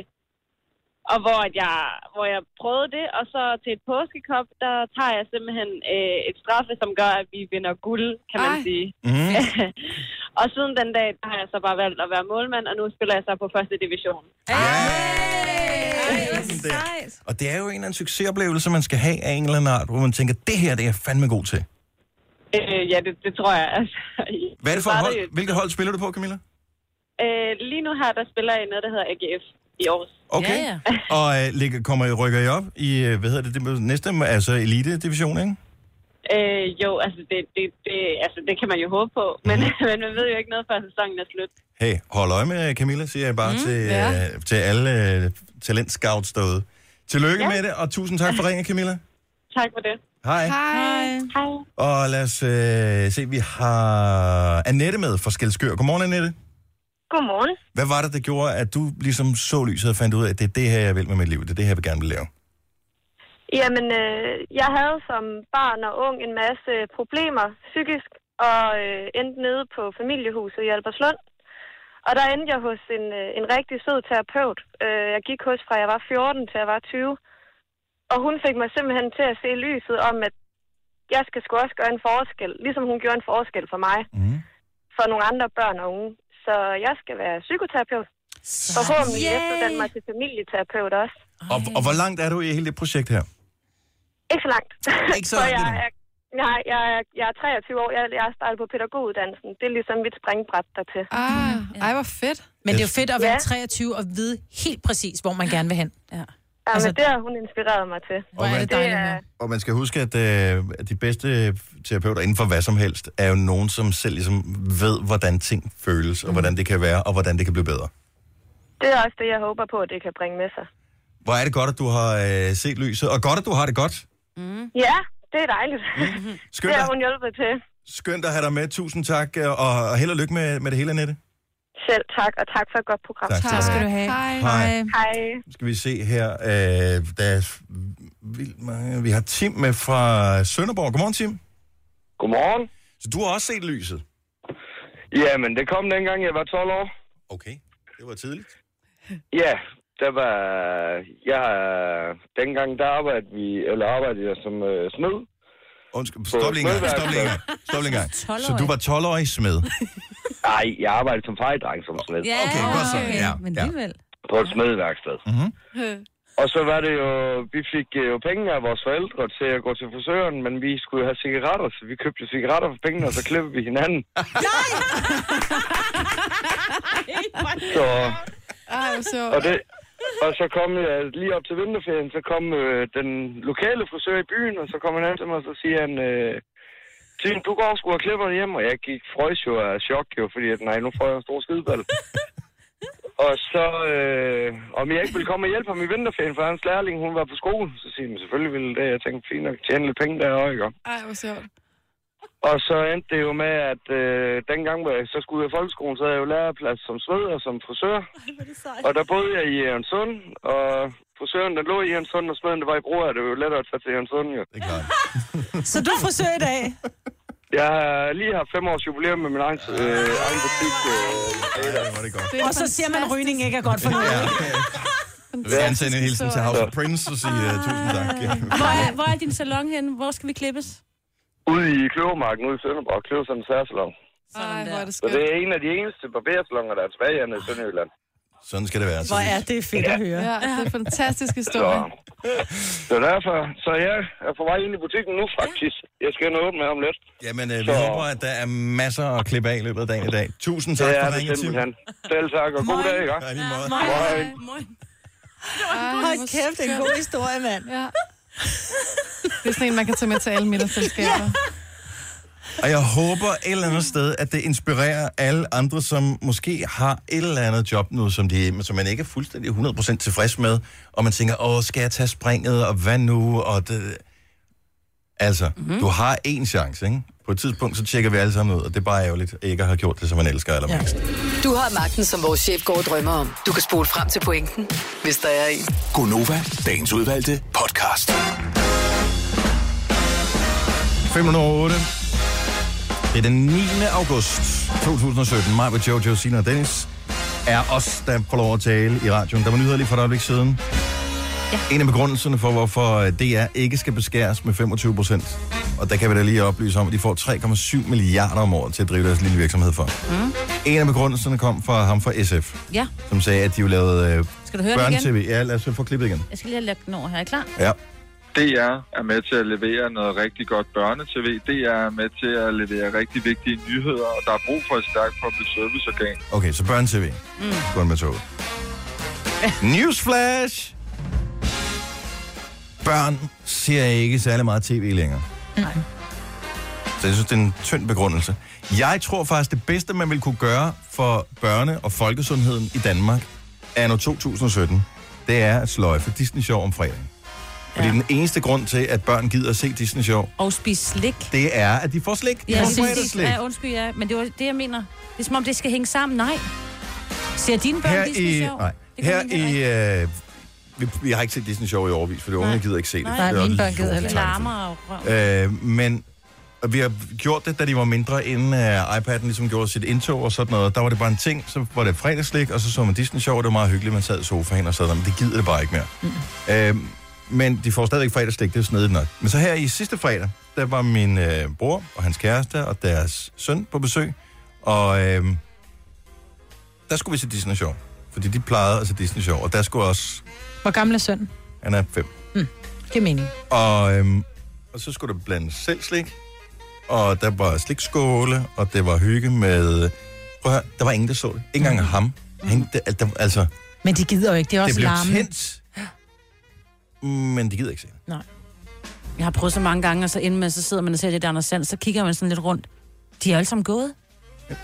[SPEAKER 8] og hvor, at jeg, hvor jeg prøvede det, og så til et påskekop, der tager jeg simpelthen øh, et straffe, som gør, at vi vinder guld, kan man
[SPEAKER 4] Ej.
[SPEAKER 8] Ej. sige.
[SPEAKER 1] Mm.
[SPEAKER 8] og siden den dag, der har jeg så bare valgt at være målmand, og nu spiller jeg så på første division.
[SPEAKER 1] Og det er jo en eller anden succesoplevelse, man skal have af en eller anden art, hvor man tænker, det her det er jeg fandme god til.
[SPEAKER 8] Øh, ja, det, det tror jeg. Altså,
[SPEAKER 1] Hvad er det for et hold?
[SPEAKER 8] startede jo-
[SPEAKER 1] Hvilket hold spiller du på, Camilla?
[SPEAKER 8] Øh, lige nu her, der spiller jeg i noget, der hedder AGF i Aarhus.
[SPEAKER 1] Okay.
[SPEAKER 2] Ja,
[SPEAKER 1] ja. Og øh, ligger, kommer I, rykker I op i, øh, hvad hedder det, det næste, altså elite-division, ikke?
[SPEAKER 8] Øh, jo, altså det, det, det, altså det kan man jo håbe på, men, men man ved jo ikke noget, før sæsonen er slut.
[SPEAKER 1] Hey, hold øje med Camilla, siger jeg bare mm, til,
[SPEAKER 4] ja.
[SPEAKER 1] øh, til alle øh, talentscouts derude. Tillykke ja. med det, og tusind tak for ringen, Camilla.
[SPEAKER 8] Tak for det.
[SPEAKER 1] Hej. Hej.
[SPEAKER 4] Hej.
[SPEAKER 8] Hej.
[SPEAKER 1] Og lad os øh, se, vi har Annette med fra Skelskør. Godmorgen, Annette.
[SPEAKER 8] Godmorgen.
[SPEAKER 1] Hvad var det, der gjorde, at du ligesom så lyset og fandt ud af, at det er det her, jeg vil med mit liv, det er det her, jeg vil gerne vil lave?
[SPEAKER 8] Jamen, øh, jeg havde som barn og ung en masse problemer psykisk, og øh, endte nede på familiehuset i Albertslund. Og der endte jeg hos en, øh, en rigtig sød terapeut. Øh, jeg gik hos fra jeg var 14 til jeg var 20. Og hun fik mig simpelthen til at se lyset om, at jeg skal sgu også gøre en forskel, ligesom hun gjorde en forskel for mig,
[SPEAKER 1] Mm.
[SPEAKER 8] for nogle andre børn og unge.
[SPEAKER 9] så jeg skal være psykoterapeut. Forhåbentlig yeah. efterdanne mig til familieterapeut også.
[SPEAKER 1] Og, og hvor langt er du i hele det projekt her?
[SPEAKER 9] Ikke så langt.
[SPEAKER 1] Ikke så langt
[SPEAKER 9] jeg,
[SPEAKER 1] endnu.
[SPEAKER 9] er, nej, jeg, er, jeg er 23 år. Jeg, jeg er startet på pædagoguddannelsen. Det er ligesom mit springbræt dertil.
[SPEAKER 4] Ah, ej, hvor fedt.
[SPEAKER 3] Men det er jo fedt at være
[SPEAKER 9] Ja.
[SPEAKER 3] 23 og vide helt præcis, hvor man gerne vil hen.
[SPEAKER 2] Ja.
[SPEAKER 9] Ja,
[SPEAKER 3] altså-
[SPEAKER 9] men det har hun inspireret mig til.
[SPEAKER 3] Hvor er det
[SPEAKER 9] Det
[SPEAKER 3] dejligt.
[SPEAKER 9] er,
[SPEAKER 3] hva'?
[SPEAKER 1] Og man skal huske, at, øh, at de bedste terapeuter inden for hvad som helst, er jo nogen, som selv ligesom ved, hvordan ting føles, og hvordan det kan være, og hvordan det kan blive bedre.
[SPEAKER 9] det er også det, jeg håber på, at det kan bringe med sig.
[SPEAKER 1] Hvor er det godt, at du har øh, set lyset, og godt, at du har det godt. Mm.
[SPEAKER 9] Ja, det er dejligt.
[SPEAKER 1] Skønt,
[SPEAKER 9] det har
[SPEAKER 1] at,
[SPEAKER 9] hun hjulpet til.
[SPEAKER 1] skønt at have dig med. Tusind tak, øh, og, og held og lykke med, med det hele, Annette.
[SPEAKER 9] Selv tak, og tak for et godt program.
[SPEAKER 1] Tak.
[SPEAKER 3] Tak skal du have.
[SPEAKER 4] Hej.
[SPEAKER 1] Hej.
[SPEAKER 9] Hej.
[SPEAKER 1] Nu skal vi se her. Øh, der er vildt mange. Vi har Tim med fra Sønderborg. Godmorgen, Tim.
[SPEAKER 10] Godmorgen.
[SPEAKER 1] Så du har også set lyset?
[SPEAKER 10] Jamen, det kom dengang, jeg var 12 år.
[SPEAKER 1] Okay, det var tidligt.
[SPEAKER 10] Ja, der var... Jeg, dengang, der arbejdede, vi, eller arbejdede jeg som øh, smed.
[SPEAKER 1] Undskyld, stop lige en gang. Stop lige en gang. Stop lige en gang. Så du var 12-årig smed.
[SPEAKER 10] Nej, jeg arbejdede som fejdreng som smed.
[SPEAKER 2] Ja,
[SPEAKER 1] Okay, godt så. Ja,
[SPEAKER 2] men
[SPEAKER 1] ja.
[SPEAKER 2] alligevel.
[SPEAKER 10] På et smedværksted.
[SPEAKER 1] Mhm.
[SPEAKER 10] Og så var det jo... Vi fik øh, jo penge af vores forældre til at gå til frisøren, men vi skulle jo have cigaretter, så vi købte jo cigaretter for pengene, og så klippede vi hinanden. Så,
[SPEAKER 4] Ej, hvor sjovt.
[SPEAKER 10] og, det, og så kom jeg lige op til vinterferien, så kom øh, den lokale frisør i byen, og så kom han hen til mig, og så siger han, øh, Tim, du går sgu og klipper dig hjem, og jeg gik frøs jo af chok jo, fordi at, nej, nu får jeg en stor skideball. og så, øh, om jeg ikke ville komme og hjælpe ham i vinterferien, for hans lærling, hun var på skole, så siger han, "Men selvfølgelig ville det, jeg tænkte, fint nok, tjene lidt penge der, ikke?
[SPEAKER 4] Ej, hvor sjovt.
[SPEAKER 10] Og så endte det jo med, at øh, dengang, hvor jeg så skulle ud af folkeskolen, så havde jeg jo læreplads som sved og som frisør. Og der boede jeg i øh, Jørgensund, og frisøren, der lå i Jørgensund, og smeden, der var i brug, det var jo lettere at tage til Jørgensund, jo.
[SPEAKER 1] Det er klart.
[SPEAKER 3] Så du er frisør i dag.
[SPEAKER 10] Jeg har lige haft fem års jubilæum med min egen, øh, egen butik. Øh,
[SPEAKER 1] Ja, det var det godt.
[SPEAKER 4] Det er
[SPEAKER 3] Og så siger man, at
[SPEAKER 4] fantastisk.
[SPEAKER 3] rygning ikke er godt for noget.
[SPEAKER 1] Ja. Jeg vil gerne sende en hilsen til House of Prince og sige uh, tusind tak. Ja.
[SPEAKER 2] Hvor er, hvor er din salon henne? Hvor skal vi klippes?
[SPEAKER 10] ude i Kløvermarken, ude i Sønderborg, Kløversund Særsalon.
[SPEAKER 4] Ej, hvor er det
[SPEAKER 10] Så det
[SPEAKER 4] skønt.
[SPEAKER 10] er en af de eneste barbersalonger, der er tilbage hernede i Sønderjylland.
[SPEAKER 1] Sådan skal det være.
[SPEAKER 3] Hvor er det fedt at høre.
[SPEAKER 4] Ja, det er en fantastisk
[SPEAKER 10] Så,
[SPEAKER 4] historie.
[SPEAKER 10] så derfor, så jeg er på vej ind i butikken nu faktisk. Jeg skal nå åbne med ham lidt.
[SPEAKER 1] Jamen, uh, vi
[SPEAKER 10] Så-
[SPEAKER 1] håber, at der er masser at klippe af i løbet af dagen i dag. Tusind tak
[SPEAKER 10] Det er
[SPEAKER 1] for
[SPEAKER 10] det
[SPEAKER 1] ringen, Tim.
[SPEAKER 10] simpelthen. Selv tak, og god dag, ikke?
[SPEAKER 1] Ja, i lige måde.
[SPEAKER 10] Hej.
[SPEAKER 4] Ej,
[SPEAKER 3] Hold
[SPEAKER 4] hvor
[SPEAKER 3] kæft, det er en god historie, mand.
[SPEAKER 4] Ja. Det er sådan en, man kan tage med til alle middagsselskaber.
[SPEAKER 1] Og jeg håber et eller andet sted, at det inspirerer alle andre, som måske har et eller andet job nu, som, de, men som man ikke er fuldstændig 100% tilfreds med, og man tænker, åh, skal jeg tage springet, og hvad nu? Og det... Altså, mm-hmm. du har én chance, ikke? På et tidspunkt, så tjekker vi alle sammen ud, og det er bare ærgerligt, ikke at have gjort det, som man elsker allermest. Ja.
[SPEAKER 6] Du har magten, som vores chef går og drømmer om. Du kan spole frem til pointen, hvis der er en.
[SPEAKER 5] Gonova, dagens udvalgte podcast.
[SPEAKER 1] 508. Det er den 9. august 2017. Mig med Jojo, Sina og Dennis er os, der får lov at tale i radioen. Der var nyheder lige for et øjeblik siden. Ja. En af begrundelserne for, hvorfor DR ikke skal beskæres med 25 procent, og der kan vi da lige oplyse om, at de får 3,7 milliarder om året til at drive deres lille virksomhed for. Mm. En af begrundelserne kom fra ham fra SF,
[SPEAKER 2] Ja,
[SPEAKER 1] som sagde, at de jo lavede øh,
[SPEAKER 2] skal du høre det igen?
[SPEAKER 1] børne-tv. Ja, lad os få klippet igen.
[SPEAKER 2] Jeg skal lige have lagt den over her. Er I klar?
[SPEAKER 1] Ja.
[SPEAKER 10] DR er med til at levere noget rigtig godt børnetv. DR er med til at levere rigtig vigtige nyheder, og der er brug for et stærkt public service-organ.
[SPEAKER 1] Okay, så børne-tv. Mm. Gå med toget. Newsflash! Børn ser ikke særlig meget tv længere. Nej. Så jeg synes, det er en tynd begrundelse. Jeg tror faktisk, det bedste, man vil kunne gøre for børne- og folkesundheden i Danmark, anno 2017, det er at sløjfe Disney Show om fredagen. Fordi
[SPEAKER 2] Ja.
[SPEAKER 1] den eneste grund til, at børn gider at se Disney Show,
[SPEAKER 2] Og spis slik.
[SPEAKER 1] det er, at de får slik. De
[SPEAKER 2] Ja,
[SPEAKER 1] får
[SPEAKER 2] præcis.
[SPEAKER 1] fredagsslik.
[SPEAKER 2] Ja, undskyld, ja. Men det var det, jeg mener. Det er som om, det skal hænge sammen. Nej. Ser dine børn
[SPEAKER 1] her
[SPEAKER 2] Disney
[SPEAKER 1] i,
[SPEAKER 2] Sjov?
[SPEAKER 1] nej,
[SPEAKER 2] Det kan
[SPEAKER 1] her
[SPEAKER 2] mine heller ikke.
[SPEAKER 1] i, øh, vi, vi har ikke set Disney Show i overvis, for det unge gider ikke se det.
[SPEAKER 2] Nej,
[SPEAKER 1] Det er
[SPEAKER 3] mine
[SPEAKER 1] jo
[SPEAKER 3] børn gider heller
[SPEAKER 2] Det
[SPEAKER 3] ikke.
[SPEAKER 1] lortetegnefilm.
[SPEAKER 2] larmer og røv.
[SPEAKER 1] Øh, men og vi har gjort det, da de var mindre, inden uh, iPad'en ligesom gjorde sit indtog og sådan noget. Der var det bare en ting, så var det fredagslik, og så så man Disney Show, og det var meget hyggeligt, man sad i sofaen og sådan noget, men det gider det bare ikke mere. Mm. Øh, men de får stadigvæk fredagslik, det er snedigt nok. Men så her i sidste fredag, der var min øh, bror og hans kæreste og deres søn på besøg, og øh, der skulle vi se Disney Show. Fordi de plejede at se Disney Show, og der skulle også...
[SPEAKER 3] Hvor gammel er søn?
[SPEAKER 1] Han er fem.
[SPEAKER 3] Giver mening.
[SPEAKER 1] Og, øhm, og så skulle der blandes selv slik, og der var slikskåle, og det var hygge med... Prøv at høre, der var ingen, der så det. Ikke engang ham. Han, der, der, altså,
[SPEAKER 3] Men de gider jo ikke, det er
[SPEAKER 1] det,
[SPEAKER 3] også
[SPEAKER 1] blev
[SPEAKER 3] larmende.
[SPEAKER 1] tændt, men de gider ikke se det.
[SPEAKER 2] Jeg har prøvet så mange gange, og så inden med, så sidder man og ser det der Anders Sand, så kigger man sådan lidt rundt. De er alle sammen gået.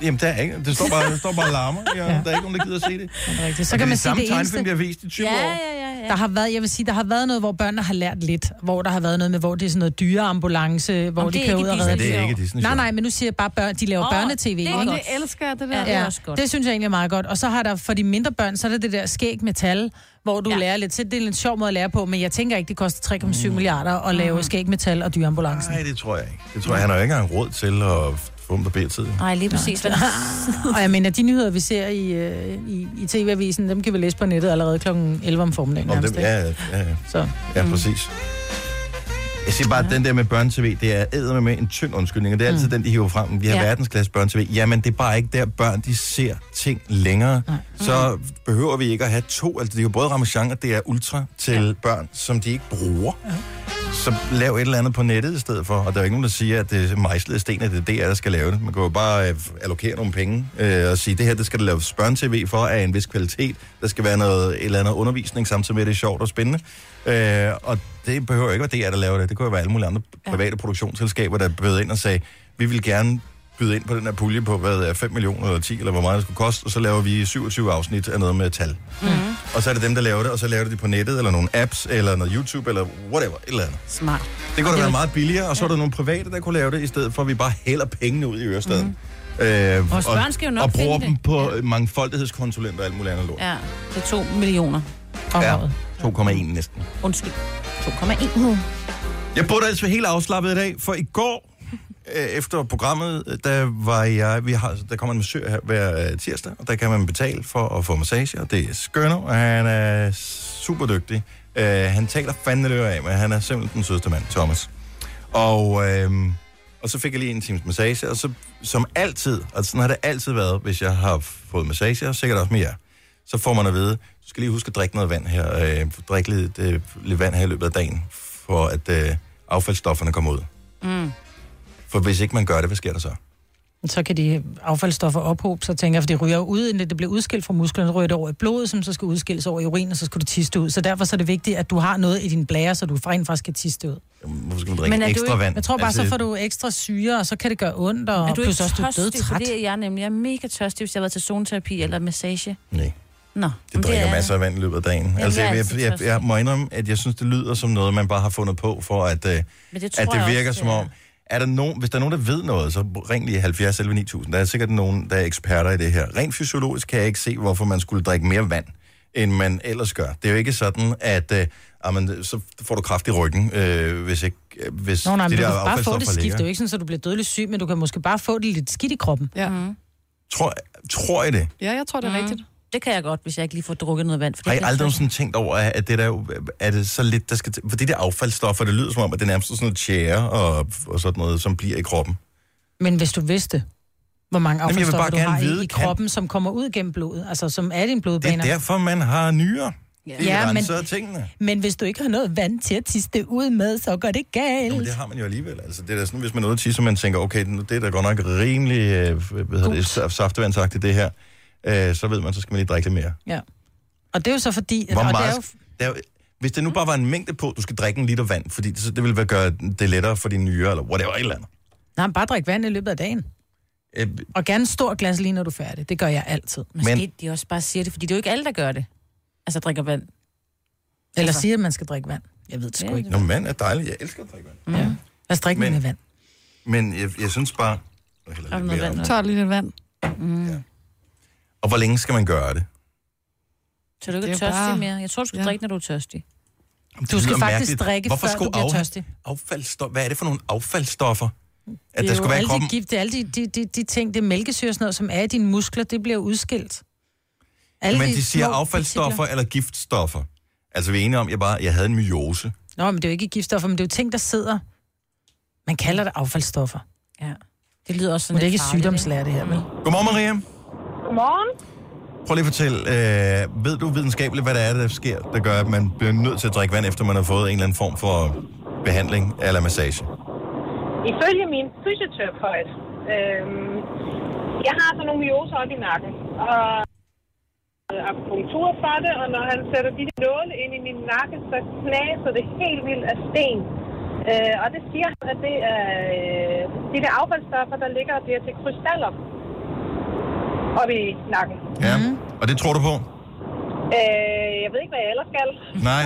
[SPEAKER 1] Jamen, der er ikke. Det står bare, det står bare og larmer. Ja, ja. Der er ikke nogen, der gider at se det.
[SPEAKER 3] er rigtigt. Så
[SPEAKER 1] Og
[SPEAKER 3] kan
[SPEAKER 1] det
[SPEAKER 3] man
[SPEAKER 1] er
[SPEAKER 3] sige,
[SPEAKER 1] samme
[SPEAKER 3] det eneste-
[SPEAKER 1] tegnefilm, der har vist i 20
[SPEAKER 3] Ja,
[SPEAKER 1] år.
[SPEAKER 2] ja,
[SPEAKER 3] ja. Der har været, jeg vil sige, der har været noget, hvor børnene har lært lidt. Hvor der har været noget med, hvor det er sådan noget dyreambulance, hvor
[SPEAKER 1] det
[SPEAKER 3] de
[SPEAKER 1] er
[SPEAKER 3] kører ud
[SPEAKER 1] ikke
[SPEAKER 3] og
[SPEAKER 1] Disney
[SPEAKER 3] redder
[SPEAKER 1] Sjov. Det er
[SPEAKER 3] dyr.
[SPEAKER 1] ikke Disney
[SPEAKER 3] Nej,
[SPEAKER 1] Sjov.
[SPEAKER 3] nej, men nu siger jeg bare, børn, de laver
[SPEAKER 2] Åh,
[SPEAKER 3] oh, børnetv.
[SPEAKER 2] det er
[SPEAKER 3] ikke?
[SPEAKER 2] godt.
[SPEAKER 3] Det,
[SPEAKER 2] Det elsker jeg, det der.
[SPEAKER 3] Ja,
[SPEAKER 2] Det er
[SPEAKER 3] ja.
[SPEAKER 2] også godt.
[SPEAKER 3] det synes jeg egentlig er meget godt. Og så har der for de mindre børn, så er der det der skæg metal, hvor du ja. lærer lidt. Så det er en sjov måde at lære på, men jeg tænker ikke, det koster 3,7 mm. milliarder at lave mm. skæg metal og dyreambulancen.
[SPEAKER 1] Nej, det tror jeg ikke. Det tror jeg, han har jo ikke engang råd til at få dem der bedre tid.
[SPEAKER 2] Nej, lige præcis. Hvad
[SPEAKER 3] og jeg mener, de nyheder, vi ser i, øh, i, i TV-avisen, dem kan vi læse på nettet allerede kl. 11 om formiddagen.
[SPEAKER 1] Om dem,
[SPEAKER 3] nærmest, ikke?
[SPEAKER 1] ja, ja, ja.
[SPEAKER 3] Så.
[SPEAKER 1] ja, præcis. Jeg siger bare, at den der med børne-tv, det er æder med en tynd undskyldning, og det er altid den, de hiver frem. Vi har
[SPEAKER 2] Ja.
[SPEAKER 1] verdensklasse børne-tv. Jamen, det er bare ikke der, børn de ser ting længere. Så behøver vi ikke at have to. Altså, det er jo både Ramachan og det er Ultra til børn, som de ikke bruger. Så lav et eller andet på nettet i stedet for. Og der er jo ikke nogen, der siger, at det er mejslet i sten, at det er DR, der skal lave det. Man kan jo bare øh, allokere nogle penge øh, og sige, det her det skal der laves børn-tv for af en vis kvalitet. Der skal være noget, et eller andet undervisning, samtidig med, at det er sjovt og spændende. Øh, og det behøver ikke være DR, der laver det. Det kunne jo være alle mulige andre private produktionsselskaber, der bød ind og sagde, vi vil gerne byde ind på den her pulje på, hvad er 5 millioner eller 10, eller hvor meget det skulle koste, og så laver vi 27 afsnit af noget med tal. Mm. Og så er det dem, der laver det, og så laver de det på nettet, eller nogle apps, eller noget YouTube, eller whatever, et eller andet.
[SPEAKER 2] Smart.
[SPEAKER 1] Det kunne da
[SPEAKER 2] Og det
[SPEAKER 1] være
[SPEAKER 2] var-
[SPEAKER 1] meget billigere, og så er der nogle private, der kunne lave det, i stedet for at vi bare hælder pengene ud i Ørestaden. Mm. Øh,
[SPEAKER 2] Mhm. Vores børn skal jo nok
[SPEAKER 1] og bruger
[SPEAKER 2] finde
[SPEAKER 1] dem
[SPEAKER 2] det.
[SPEAKER 1] på øh, mangfoldighedskonsulenter og alt muligt andet lort.
[SPEAKER 2] Ja, det er to millioner.
[SPEAKER 1] Ja, 2,1 næsten.
[SPEAKER 2] Undskyld. 2,1 nu.
[SPEAKER 1] Jeg burde altså helt afslappet i dag, for i går øh, efter programmet, øh, der var jeg, vi har, der kommer en massør her hver øh, tirsdag, og der kan man betale for at få massage, og det er Skønner, og han er super dygtig. Øh, han taler fandme løber af, men han er simpelthen den sødeste mand, Thomas. Og, øh, og så fik jeg lige en times massage, og så som altid, og sådan har det altid været, hvis jeg har fået massage, og sikkert også med jer, så får man at vide, du skal lige huske at drikke noget vand her, øh, drikke lidt, øh, lidt vand her i løbet af dagen, for at øh, affaldsstofferne kommer ud.
[SPEAKER 3] Mm.
[SPEAKER 1] For hvis ikke man gør det, hvad sker der så?
[SPEAKER 3] Så kan de affaldsstoffer ophobe sig, tænker jeg, for det ryger jo ud, inden det bliver udskilt fra musklerne, ryger det over i blodet, som så skal udskilles over i urin, og så skal du tiste ud. Så derfor så er det vigtigt, at du har noget i din blære, så du rent faktisk kan tiste ud.
[SPEAKER 1] Hvorfor skal man drikke
[SPEAKER 3] er
[SPEAKER 1] ekstra
[SPEAKER 3] du ikke,
[SPEAKER 1] vand?
[SPEAKER 3] Jeg tror bare,
[SPEAKER 1] Altså,
[SPEAKER 3] så får du ekstra syre, og så kan det gøre ondt, og
[SPEAKER 2] Er du ikke
[SPEAKER 3] plus også, du er
[SPEAKER 2] tørstig?
[SPEAKER 3] dødtræt.
[SPEAKER 2] For det er jeg nemlig. Jeg er mega tørstig, hvis jeg har været til zoneterapi eller massage.
[SPEAKER 1] Nej.
[SPEAKER 2] Nå.
[SPEAKER 1] Det drikker masser af vand i løbet af dagen.
[SPEAKER 2] Jamen,
[SPEAKER 1] altså,
[SPEAKER 2] jeg er
[SPEAKER 1] jeg, jeg,
[SPEAKER 2] altid
[SPEAKER 1] jeg,
[SPEAKER 2] tørstig.
[SPEAKER 1] jeg må indrømme, at jeg synes, det lyder som noget, man bare har fundet på, for at, øh, at
[SPEAKER 2] Men det tror
[SPEAKER 1] det
[SPEAKER 2] jeg
[SPEAKER 1] virker
[SPEAKER 2] også,
[SPEAKER 1] som
[SPEAKER 2] det
[SPEAKER 1] om... Er der nogen, hvis der er nogen, der ved noget, så ring lige 70 11 9000. Der er sikkert nogen, der er eksperter i det her. Rent fysiologisk kan jeg ikke se, hvorfor man skulle drikke mere vand, end man ellers gør. Det er jo ikke sådan, at øh, jamen, så får du kraft i ryggen, øh, hvis, ikke, øh, hvis
[SPEAKER 3] Nå, nej, men
[SPEAKER 1] det
[SPEAKER 3] du
[SPEAKER 1] der
[SPEAKER 3] kan bare få det
[SPEAKER 1] affaldsstoffer
[SPEAKER 3] skidt.
[SPEAKER 1] ligger.
[SPEAKER 3] Det er jo ikke sådan, at du bliver dødelig syg, men du kan måske bare få det lidt skidt i kroppen.
[SPEAKER 4] Ja,
[SPEAKER 1] Tror, tror jeg det?
[SPEAKER 4] ja jeg tror, det er mm. rigtigt.
[SPEAKER 2] Det kan jeg godt, hvis jeg ikke lige får drukket noget vand. For det
[SPEAKER 1] Har I
[SPEAKER 2] kan jeg
[SPEAKER 1] aldrig
[SPEAKER 2] slet
[SPEAKER 1] sådan tænkt over, at det der, jo- er det så lidt, der skal til? For det der affaldsstoffer, det lyder som om, at det er nærmest sådan noget tjære og, og sådan noget, som bliver i kroppen.
[SPEAKER 3] Men hvis du vidste, hvor mange
[SPEAKER 1] Jamen, jeg vil
[SPEAKER 3] affaldsstoffer
[SPEAKER 1] bare
[SPEAKER 3] du
[SPEAKER 1] gerne
[SPEAKER 3] har
[SPEAKER 1] vide,
[SPEAKER 3] i, i
[SPEAKER 1] kan-
[SPEAKER 3] kroppen, som kommer ud gennem blodet, altså som er dine
[SPEAKER 1] Det er
[SPEAKER 3] blodbaner.
[SPEAKER 1] derfor, man har nyrer. Ja,
[SPEAKER 3] Ja,
[SPEAKER 1] ja
[SPEAKER 3] men-
[SPEAKER 1] men... tingene.
[SPEAKER 3] Men hvis du ikke har noget vand til at tisse ud med, så går det galt.
[SPEAKER 1] Nå, men det har man jo alligevel. Altså, det er da sådan, hvis man er ude at tisse, og man tænker, okay, nu- det er da godt nok rimelig øh, hvad hedder det, sa- saftevandsagtigt, det her. Øh, så ved man, så skal man lige drikke lidt mere.
[SPEAKER 3] Ja. Og det er jo så fordi...
[SPEAKER 1] Hvor
[SPEAKER 3] og det er
[SPEAKER 1] meget...
[SPEAKER 3] jo,
[SPEAKER 1] Det er jo... Hvis det nu bare var en mængde på, du skal drikke en liter vand, fordi det, så det ville være- gøre det lettere for dine nyrer, eller whatever, et eller andet.
[SPEAKER 3] nej, men bare drik vand i løbet af dagen.
[SPEAKER 1] Øh,
[SPEAKER 3] Og gerne et stort glas lige, når du er færdig. Det gør jeg altid.
[SPEAKER 2] ikke. Måske de også bare siger det, fordi det er jo ikke alle, der gør det. Altså drikker vand.
[SPEAKER 3] Eller
[SPEAKER 2] Altså.
[SPEAKER 3] siger, at man skal drikke vand. Jeg ved det sgu
[SPEAKER 2] Ja,
[SPEAKER 3] ikke.
[SPEAKER 1] Nå, vand er dejligt. Jeg elsker at drikke vand.
[SPEAKER 3] Ja. Lad os drikke
[SPEAKER 1] Men-
[SPEAKER 3] men... med vand. Mm.
[SPEAKER 1] Men jeg, jeg synes bare... Jeg hælder
[SPEAKER 2] Har du
[SPEAKER 1] lidt
[SPEAKER 2] noget
[SPEAKER 1] mere
[SPEAKER 2] vand?
[SPEAKER 1] op.
[SPEAKER 4] Tør lige lidt vand.
[SPEAKER 1] Og hvor længe skal man gøre det?
[SPEAKER 2] Så er du ikke
[SPEAKER 4] Det
[SPEAKER 2] er
[SPEAKER 4] er
[SPEAKER 2] tørstig
[SPEAKER 4] bare-
[SPEAKER 2] mere. Jeg tror, du skal
[SPEAKER 4] Ja.
[SPEAKER 2] drikke, når du er tørstig.
[SPEAKER 3] Du skal
[SPEAKER 1] lyder
[SPEAKER 3] faktisk
[SPEAKER 1] mærkeligt.
[SPEAKER 3] drikke,
[SPEAKER 1] Hvorfor
[SPEAKER 3] før
[SPEAKER 1] skulle
[SPEAKER 3] du bliver
[SPEAKER 1] af-
[SPEAKER 3] tørstig.
[SPEAKER 1] Affaldsstof... Hvad er det for nogle affaldsstoffer, at
[SPEAKER 3] Det
[SPEAKER 1] der
[SPEAKER 3] er
[SPEAKER 1] skulle
[SPEAKER 3] jo
[SPEAKER 1] være i
[SPEAKER 3] alle
[SPEAKER 1] kroppen?
[SPEAKER 3] De gift, det er alle de, de, de, de ting, det er mælkesyre og sådan noget, som er i dine muskler, det bliver udskilt. Alle
[SPEAKER 1] Men de siger
[SPEAKER 3] små
[SPEAKER 1] affaldsstoffer
[SPEAKER 3] partikler.
[SPEAKER 1] eller giftstoffer. Altså, vi er enige om, jeg bare jeg havde en myose.
[SPEAKER 3] Nå, men det er jo ikke giftstoffer, men det er jo ting, der sidder. Man kalder det affaldsstoffer.
[SPEAKER 2] Ja. Det lyder også sådan
[SPEAKER 3] Men det er
[SPEAKER 2] lidt
[SPEAKER 3] ikke
[SPEAKER 2] farligt,
[SPEAKER 3] sygdomslære, det her, vel?
[SPEAKER 1] Godmorgen, Maria.
[SPEAKER 9] Godmorgen.
[SPEAKER 1] Prøv lige at fortælle, øh, ved du videnskabeligt, hvad der er, der sker, der gør, at man bliver nødt til at drikke vand, efter man har fået en eller anden form for behandling eller massage?
[SPEAKER 11] Ifølge min fysioterapeut, øh, jeg har sådan nogle myoser op i nakken, og akupunktur for det, og når han sætter de der nåle ind i min nakke, så knaser det helt vildt af sten. Øh, og det siger han, at det er øh, de der affaldsstoffer, der ligger og bliver til krystaller oppe i nakken.
[SPEAKER 1] Ja.
[SPEAKER 3] Mhm.
[SPEAKER 1] Mm. Og det tror du på?
[SPEAKER 11] Øh, jeg ved ikke, hvad jeg ellers skal.
[SPEAKER 1] Nej.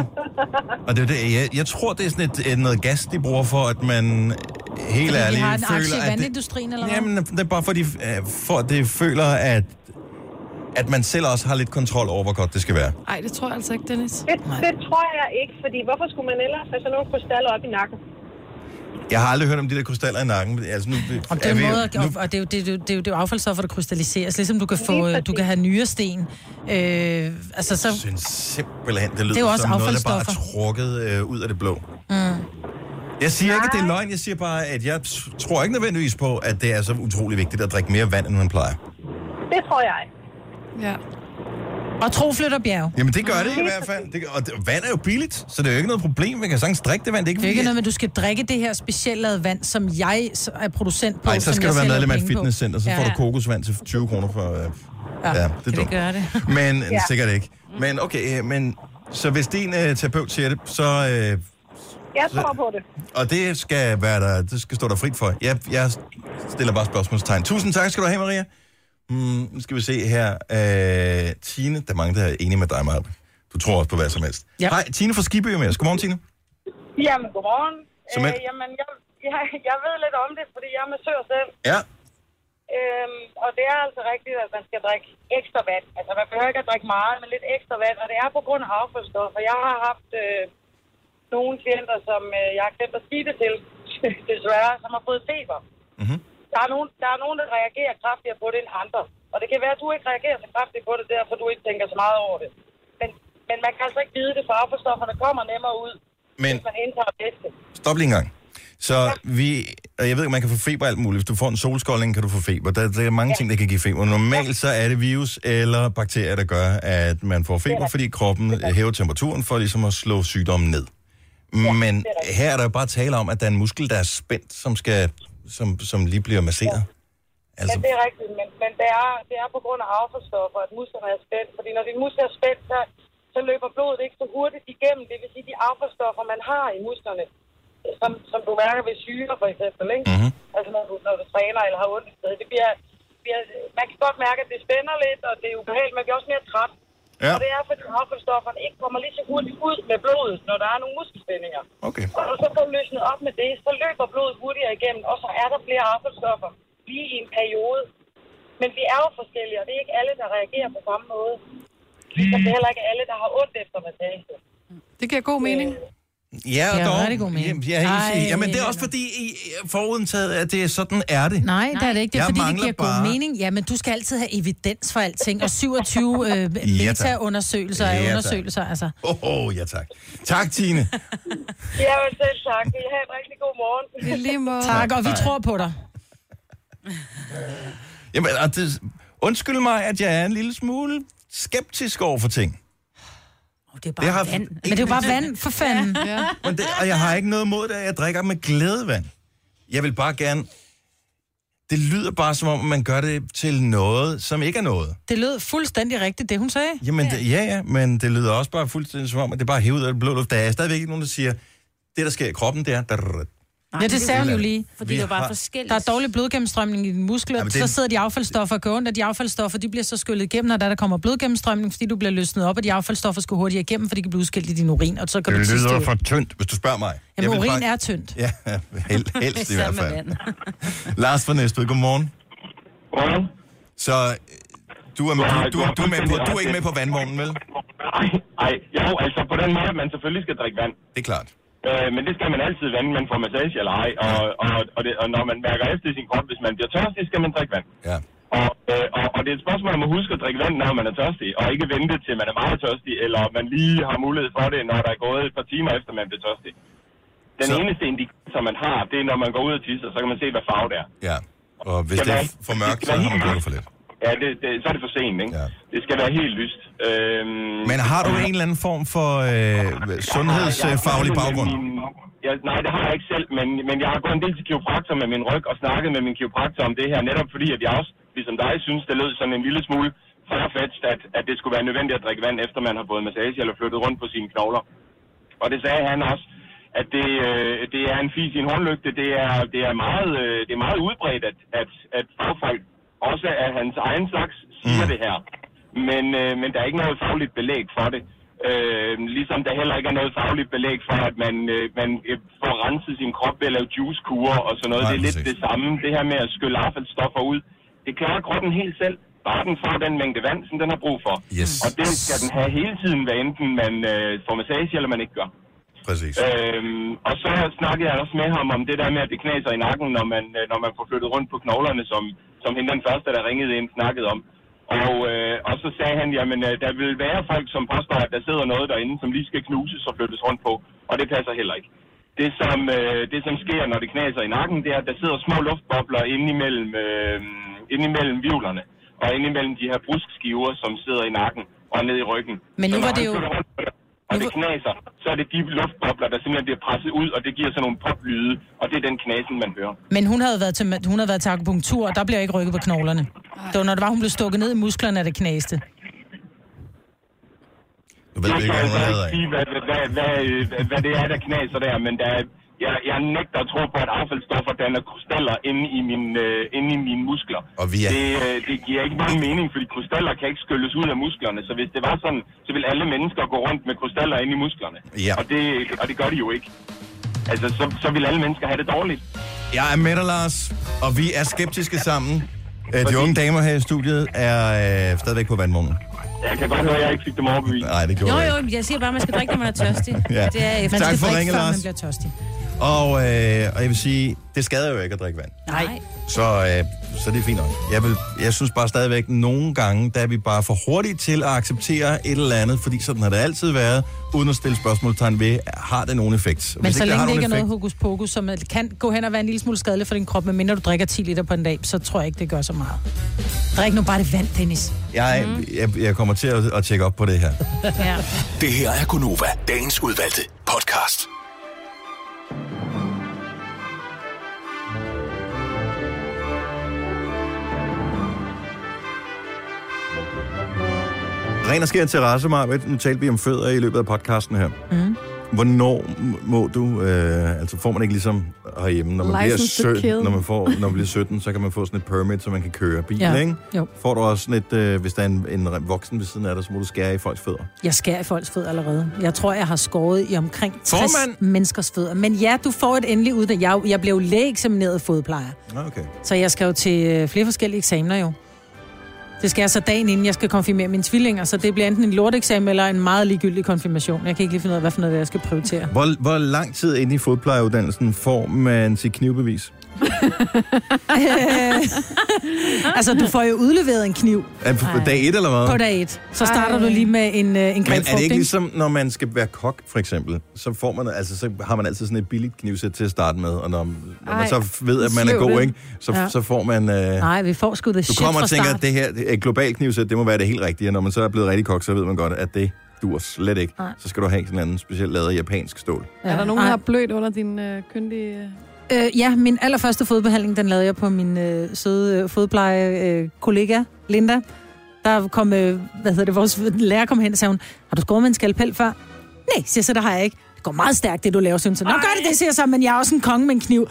[SPEAKER 1] Og det, er det, jeg, jeg tror, det er sådan et, et, noget gas, de bruger for, at man helt
[SPEAKER 3] Fordi de
[SPEAKER 1] ærligt
[SPEAKER 3] har en aktie i
[SPEAKER 1] føler, at det,
[SPEAKER 3] vandindustrien, eller hvad?
[SPEAKER 1] Jamen, det er bare fordi, øh, for at det føler, at, at man selv også har lidt kontrol over, hvor godt det skal være.
[SPEAKER 4] Nej, det tror jeg altså ikke, Dennis.
[SPEAKER 11] Det, det tror jeg ikke, fordi hvorfor skulle man ellers have sådan nogle krystaller op i nakken?
[SPEAKER 1] Jeg har aldrig hørt om de der krystaller i nakken. men Altså, nu,
[SPEAKER 3] Og det er, en måde, at- og, og det, er jo, det, er jo, det, er jo, det er jo affaldsstoffer, der krystalliseres. Ligesom du kan, få, øh, du kan have nyresten. Øh, altså, så,
[SPEAKER 1] Jeg synes simpelthen, det lyder
[SPEAKER 3] Det er jo også
[SPEAKER 1] som noget, der bare er
[SPEAKER 3] affaldsstoffer.
[SPEAKER 1] trukket øh, ud af det blå.
[SPEAKER 3] mm.
[SPEAKER 1] Jeg siger ikke, at det er løgn. Jeg siger bare, at jeg t- tror ikke nødvendigvis på, at det er så utrolig vigtigt at drikke mere vand, end man plejer.
[SPEAKER 11] Det tror jeg.
[SPEAKER 4] Ja.
[SPEAKER 3] Og tro flytter bjerg.
[SPEAKER 1] Jamen, det gør det i hvert fald. Det, og det, vand er jo billigt, så det er jo ikke noget problem. Man kan sagtens drikke det vand. Det er ikke,
[SPEAKER 3] Det er jo ikke
[SPEAKER 1] fordi-
[SPEAKER 3] noget med, du skal drikke det her specielt lavede vand, som jeg s- er producent på.
[SPEAKER 1] Nej, så
[SPEAKER 3] som
[SPEAKER 1] skal
[SPEAKER 3] jeg
[SPEAKER 1] du være
[SPEAKER 3] sælger
[SPEAKER 1] medlem af et
[SPEAKER 3] penge på.
[SPEAKER 1] fitnesscenter, så
[SPEAKER 3] Ja.
[SPEAKER 1] får du kokosvand til 20 kroner for... Øh, ja, det er
[SPEAKER 3] kan vi
[SPEAKER 1] dumt.
[SPEAKER 3] gøre det?
[SPEAKER 1] Men
[SPEAKER 3] Ja.
[SPEAKER 1] ja. sikkert ikke. Men okay, øh, men... Så hvis din øh, terapeut siger det, så... Øh,
[SPEAKER 11] Jeg
[SPEAKER 1] tror
[SPEAKER 11] på det.
[SPEAKER 1] og det skal, være der, det skal stå der frit for. Jeg, jeg stiller bare spørgsmålstegn. Tusind tak skal du have, Maria. Mm, nu skal vi se her. Øh, Tine, der er mange, der er enige med dig, Maja. Du tror også på hvad som helst. Ja. Hej, Tine fra Skibø er med os. Godmorgen, Tine.
[SPEAKER 11] Jamen, godmorgen.
[SPEAKER 1] Som
[SPEAKER 11] øh,
[SPEAKER 1] er-
[SPEAKER 11] jamen, jeg, jeg, jeg ved lidt om det, fordi jeg er massør selv.
[SPEAKER 1] Ja.
[SPEAKER 11] Øhm, og det er altså rigtigt, at man skal drikke ekstra vand. Altså, man behøver ikke at drikke meget, men lidt ekstra vand. Og det er på grund af affaldsstoffer. Jeg har haft øh, nogle klienter, som øh, jeg har glemt at sige det til, desværre, som har fået feber.
[SPEAKER 1] Mhm.
[SPEAKER 11] Der er, nogen, der er nogen, der reagerer kraftigere på det end andre. Og det kan være, at du ikke reagerer så kraftigt på det, derfor du ikke tænker så meget over det. Men, men man kan altså ikke vide det, for affaldsstofferne kommer nemmere ud,
[SPEAKER 1] Men-
[SPEAKER 11] hvis man indtager væske.
[SPEAKER 1] Stop lige en gang. Så vi, og jeg ved, at man kan få feber og alt muligt. Hvis du får en solskoldning, kan du få feber. Der, der er mange ting, der kan give feber. Normalt så er det virus eller bakterier, der gør, at man får feber, fordi kroppen hæver temperaturen for ligesom at slå sygdommen ned. Men her er der jo bare tale om, at der er en muskel, der er spændt, som, skal, som, som lige bliver masseret.
[SPEAKER 11] Altså... Ja, det er rigtigt, men, men det, er, det er på grund af affaldsstoffer, at musklerne er spændt. Fordi når din muskler er spændt, så, så løber blodet ikke så hurtigt igennem. Det vil sige, de affaldsstoffer, man har i musklerne, som, som du mærker ved syre for eksempel, ikke? Mm-hmm. altså når du, når du træner eller har ondt et sted, det bliver, bliver, man kan godt mærke, at det spænder lidt, og det er ubehageligt, man bliver også mere træt.
[SPEAKER 1] Ja.
[SPEAKER 11] Og det er, fordi affaldsstofferne ikke kommer lige så hurtigt ud med blodet, når der er nogle muskelspændinger.
[SPEAKER 1] Okay.
[SPEAKER 11] Og når du så får løsnet op med det, så løber blodet hurtigere igennem, og så er der flere affaldsstoffer lige i en periode. Men vi er jo forskellige, og det er ikke alle, der reagerer på samme måde. Og det er heller ikke alle, der har ondt efter massage.
[SPEAKER 4] Det giver god mening.
[SPEAKER 1] Ja,
[SPEAKER 4] Det er
[SPEAKER 1] og dog.
[SPEAKER 4] rigtig god mening.
[SPEAKER 1] Ja, ja,
[SPEAKER 4] Ej,
[SPEAKER 1] ja, men det er også fordi, I er forudtaget, at det er sådan er det.
[SPEAKER 3] Nej, Nej, det er det ikke. Det er,
[SPEAKER 1] Jeg
[SPEAKER 3] fordi det
[SPEAKER 1] mangler
[SPEAKER 3] giver bare...
[SPEAKER 1] bare-
[SPEAKER 3] god mening. Ja, men du skal altid have evidens for alting. Og 27 øh, meta-undersøgelser
[SPEAKER 1] Ja,
[SPEAKER 3] er
[SPEAKER 1] tak.
[SPEAKER 3] undersøgelser, altså.
[SPEAKER 1] Åh, oh, ja tak. Tak, Tine.
[SPEAKER 11] Ja, men selv tak. Vi har en rigtig god morgen.
[SPEAKER 3] Tak, og vi
[SPEAKER 1] Hej.
[SPEAKER 3] tror på dig.
[SPEAKER 1] Jamen, og det, undskyld mig, at jeg er en lille smule skeptisk over for ting.
[SPEAKER 3] Det er
[SPEAKER 1] bare Det har- vand.
[SPEAKER 3] Men det er jo bare vand, for fanden. Ja.
[SPEAKER 1] Men det, og jeg har ikke noget mod det, at jeg drikker med glædevand. Jeg vil bare gerne... Det lyder bare som om, man gør det til noget, som ikke er noget.
[SPEAKER 3] Det lød fuldstændig rigtigt, det hun sagde.
[SPEAKER 1] Jamen, ja. Det, ja, ja, men det lyder også bare fuldstændig som om, at det er bare hævet ud af det blå luft. Der er stadigvæk ikke nogen, der siger, det der sker i kroppen, det er...
[SPEAKER 3] Nej, ja, det sagde hun jo lige.
[SPEAKER 1] Fordi Vi det var bare har-
[SPEAKER 3] forskelligt. Der er dårlig blodgennemstrømning i dine muskler,
[SPEAKER 1] Ja,
[SPEAKER 3] ja,
[SPEAKER 1] men
[SPEAKER 3] det...
[SPEAKER 1] det-
[SPEAKER 3] så sidder de affaldsstoffer og går ondt, og de affaldsstoffer de bliver så skyllet igennem, når der, der kommer blodgennemstrømning, fordi du bliver løsnet op, og de affaldsstoffer skal hurtigere igennem, for de kan blive udskilt i din urin, og så kan du
[SPEAKER 1] Det
[SPEAKER 3] tisse
[SPEAKER 1] lyder
[SPEAKER 3] det
[SPEAKER 1] for
[SPEAKER 3] ud.
[SPEAKER 1] tyndt, hvis du spørger mig. Jeg
[SPEAKER 3] Jamen,
[SPEAKER 1] vil
[SPEAKER 3] urin
[SPEAKER 1] bare-
[SPEAKER 3] er tyndt.
[SPEAKER 1] Ja, hel, helst i hvert fald. Lars fra Næstved, godmorgen. Godmorgen. Så øh, du er, med, du, du, du, er med på, du er ikke med på vandvognen, vel?
[SPEAKER 12] Nej, jo, altså på den måde, at man selvfølgelig skal drikke vand.
[SPEAKER 1] Det er klart.
[SPEAKER 12] Øh, men det skal man altid vande, man får massage eller ej. Og, og, og, det, og når man mærker efter i sin krop, hvis man bliver tørstig, skal man drikke vand.
[SPEAKER 1] Ja.
[SPEAKER 12] Og, øh, og, og det er et spørgsmål om at huske at drikke vand, når man er tørstig, og ikke vente til man er meget tørstig, eller man lige har mulighed for det, når der er gået et par timer efter, man bliver tørstig. Den
[SPEAKER 1] Så-
[SPEAKER 12] så... eneste indikator, man har, det er, når man går ud og tisser, så kan man se, hvad farve det er.
[SPEAKER 1] Ja. Og hvis
[SPEAKER 12] Skal
[SPEAKER 1] det er
[SPEAKER 12] man-
[SPEAKER 1] f- for mørkt,
[SPEAKER 12] skal
[SPEAKER 1] så
[SPEAKER 12] man
[SPEAKER 1] har man
[SPEAKER 12] helt
[SPEAKER 1] drukket for lidt.
[SPEAKER 12] ja det, det, så er det for sent, ikke? Ja. Det skal være helt lyst. Øhm,
[SPEAKER 1] Men har du en eller anden form for øh, sundhedsfaglig baggrund?
[SPEAKER 12] Ja, nej, det har jeg ikke selv, men, men jeg har gået en del til kiropraktor med min ryg og snakket med min kiropraktor om det her, netop fordi, at jeg også, ligesom dig, synes, det lød sådan en lille smule farfetched, at, at det skulle være nødvendigt at drikke vand, efter man har fået massage eller flyttet rundt på sine knogler. Og det sagde han også, at det, øh, det er en fis i en håndlygte. Det er, det er, meget, øh, det er meget udbredt, at, at, at fagfolk, også af hans egen slags, siger det her. Men, øh, men der er ikke noget fagligt belæg for det. Øh, ligesom der heller ikke er noget fagligt belæg for, at man, øh, man øh, får renset sin krop ved at lave juicekurer og sådan noget.
[SPEAKER 13] Nej,
[SPEAKER 12] det er lidt det samme. Det her med at skylle affaldsstoffer ud, det klarer kroppen helt selv. Bare den får den mængde vand, som den har brug for.
[SPEAKER 1] Yes.
[SPEAKER 12] Og det skal den have hele tiden, hvad enten man øh, får massage eller man ikke gør.
[SPEAKER 1] Præcis.
[SPEAKER 12] Øhm, og så snakkede jeg også med ham om det der med, at det knaser i nakken, når man, øh, når man får flyttet rundt på knoglerne, som, som hende den første, der ringede ind, snakkede om. Og, øh, og så sagde han, jamen øh, der vil være folk, som påstår, at der sidder noget derinde, som lige skal knuses og flyttes rundt på, og det passer heller ikke. Det som, øh, det, som sker, når det knaser i nakken, det er, at der sidder små luftbobler inde imellem, øh, inde imellem vivlerne, og inde imellem de her bruskskiver, som sidder i nakken og ned i ryggen.
[SPEAKER 3] Men nu
[SPEAKER 12] Så
[SPEAKER 3] var
[SPEAKER 12] når
[SPEAKER 3] det
[SPEAKER 12] han
[SPEAKER 3] jo-
[SPEAKER 12] flytter rundt på det, og det knaser, så er det de luftbobler, der simpelthen bliver presset ud, og det giver sådan nogle poplyde, og det er den knasen, man hører.
[SPEAKER 3] Men hun havde været til, hun havde været til akupunktur, og der blev ikke rykket på knoglerne. Det var, når det var, hun blev stukket ned i musklerne, at det knaste.
[SPEAKER 1] Du ved
[SPEAKER 12] jeg ikke, kan altså ikke sige, hvad, hvad, hvad, hvad, øh, hvad, hvad det er, der knaser der, men der, er- jeg, jeg nægter at tro på, at affaldsstoffer danner krystaller inde i, min, øh, inde i mine muskler.
[SPEAKER 1] Og vi er-
[SPEAKER 12] det, øh, det giver ikke meget mening, fordi krystaller kan ikke skylles ud af musklerne, så hvis det var sådan, så ville alle mennesker gå rundt med krystaller inde i musklerne.
[SPEAKER 1] Ja.
[SPEAKER 12] Og, det, og det gør de jo ikke. Altså, så, så vil alle mennesker have det dårligt.
[SPEAKER 1] Jeg er med dig, Lars, og vi er skeptiske sammen. Øh, De unge damer her i studiet er øh, stadigvæk på vandvognen.
[SPEAKER 12] Jeg kan godt høre, at jeg ikke fik dem overbevist.
[SPEAKER 1] Nej, det gjorde
[SPEAKER 2] Jo,
[SPEAKER 1] jeg ikke.
[SPEAKER 2] jo, jeg siger bare, at man skal drikke, når man er tørstig.
[SPEAKER 1] Ja.
[SPEAKER 2] Det er efter.
[SPEAKER 1] Man Tak skal for drikke, ringen,
[SPEAKER 2] ringen,
[SPEAKER 1] før man Lars.
[SPEAKER 2] Man bliver
[SPEAKER 3] tørstig.
[SPEAKER 1] Og, øh, og jeg vil sige, det skader jo ikke at drikke vand.
[SPEAKER 2] Nej.
[SPEAKER 1] Så, øh, så det er fint nok. Jeg, vil, jeg synes bare stadigvæk, nogle gange, der er vi bare for hurtige til at acceptere et eller andet, fordi sådan har det altid været, uden at stille spørgsmålstegn ved, har det nogen effekt?
[SPEAKER 3] Men så
[SPEAKER 1] det
[SPEAKER 3] længe
[SPEAKER 1] har
[SPEAKER 3] det ikke er
[SPEAKER 1] nogen
[SPEAKER 3] noget
[SPEAKER 1] effekt-
[SPEAKER 3] hokus pokus, som øh, kan gå hen og være en lille smule skadelig for din krop, medmindre du drikker 10 liter på en dag, så tror jeg ikke, det gør så meget. Drik nu bare det vand, Dennis.
[SPEAKER 1] Jeg,
[SPEAKER 3] Mhm.
[SPEAKER 1] jeg, jeg kommer til at, at tjekke op på det her.
[SPEAKER 3] ja.
[SPEAKER 5] Det her er Gunova, dagens udvalgte podcast.
[SPEAKER 1] Ren og skær terrasse, Marvitt. Nu talte vi om fødder i løbet af podcasten her.
[SPEAKER 3] Mhm.
[SPEAKER 1] Hvornår m- må du, øh, altså får man ikke ligesom herhjemme, når man, bliver,
[SPEAKER 13] License to
[SPEAKER 1] sø,
[SPEAKER 13] kill.
[SPEAKER 1] når man, får, når man bliver 17, så kan man få sådan et permit, så man kan køre bil,
[SPEAKER 3] Ja.
[SPEAKER 1] ikke?
[SPEAKER 3] Jo.
[SPEAKER 1] Får du også sådan et, øh, hvis der er en, en re- voksen ved siden af dig, så må du skære i folks fødder.
[SPEAKER 3] Jeg skærer i folks fødder allerede. Jeg tror, jeg har skåret i omkring 60
[SPEAKER 1] Formand!
[SPEAKER 3] menneskers fødder. Men ja, du får et endelig ud. Jeg, jeg blev lægeeksamineret fodplejer.
[SPEAKER 1] Nå, okay.
[SPEAKER 3] Så jeg skal jo til øh, flere forskellige eksamener jo. Det skal jeg så dagen inden, jeg skal konfirmere mine tvillinger, så det bliver enten en lorteksamen eller en meget ligegyldig konfirmation. Jeg kan ikke lige finde ud af, hvad for noget det er, jeg skal prioritere.
[SPEAKER 1] Hvor, hvor lang tid inde i fodplejeuddannelsen får man sit knivbevis?
[SPEAKER 3] altså, du får jo udleveret en kniv.
[SPEAKER 1] Er det på
[SPEAKER 3] Ej.
[SPEAKER 1] dag et, eller hvad?
[SPEAKER 3] På dag et. Så starter du lige med en, øh, en
[SPEAKER 1] Men er
[SPEAKER 3] grebfrugt,
[SPEAKER 1] det ikke ligesom, når man skal være kok, for eksempel, så, får man, altså, så har man altid sådan et billigt knivsæt til at starte med, og når, når man
[SPEAKER 3] Ej,
[SPEAKER 1] så ved, at man er
[SPEAKER 3] slå
[SPEAKER 1] god,
[SPEAKER 3] det.
[SPEAKER 1] ikke, så,
[SPEAKER 3] Ja.
[SPEAKER 1] ja. så får man... Øh,
[SPEAKER 3] Nej, vi får sgu det
[SPEAKER 1] du
[SPEAKER 3] shit
[SPEAKER 1] kommer
[SPEAKER 3] fra
[SPEAKER 1] og tænker,
[SPEAKER 3] start.
[SPEAKER 1] at det her et globalt knivsæt, det må være det helt rigtige, og når man så er blevet rigtig kok, så ved man godt, at det duer slet ikke.
[SPEAKER 3] Nej.
[SPEAKER 1] Så skal du have sådan en anden specielt lavet japansk stål.
[SPEAKER 3] Ja.
[SPEAKER 4] Er der nogen, der
[SPEAKER 3] Ej.
[SPEAKER 4] har blødt under din øh, kyndige... Øh...
[SPEAKER 3] Øh, ja, min allerførste fodbehandling, den lavede jeg på min øh, søde øh, fodplejekollega, øh, kollega, Linda. Der kom, øh, hvad hedder det, vores lærer kom hen og sagde hun, har du skåret med en skalpel før? Nej, siger jeg så, det har jeg ikke. Det går meget stærkt, det du laver, synes jeg. Nå, gør det det, siger jeg så, men jeg er også en konge med en kniv.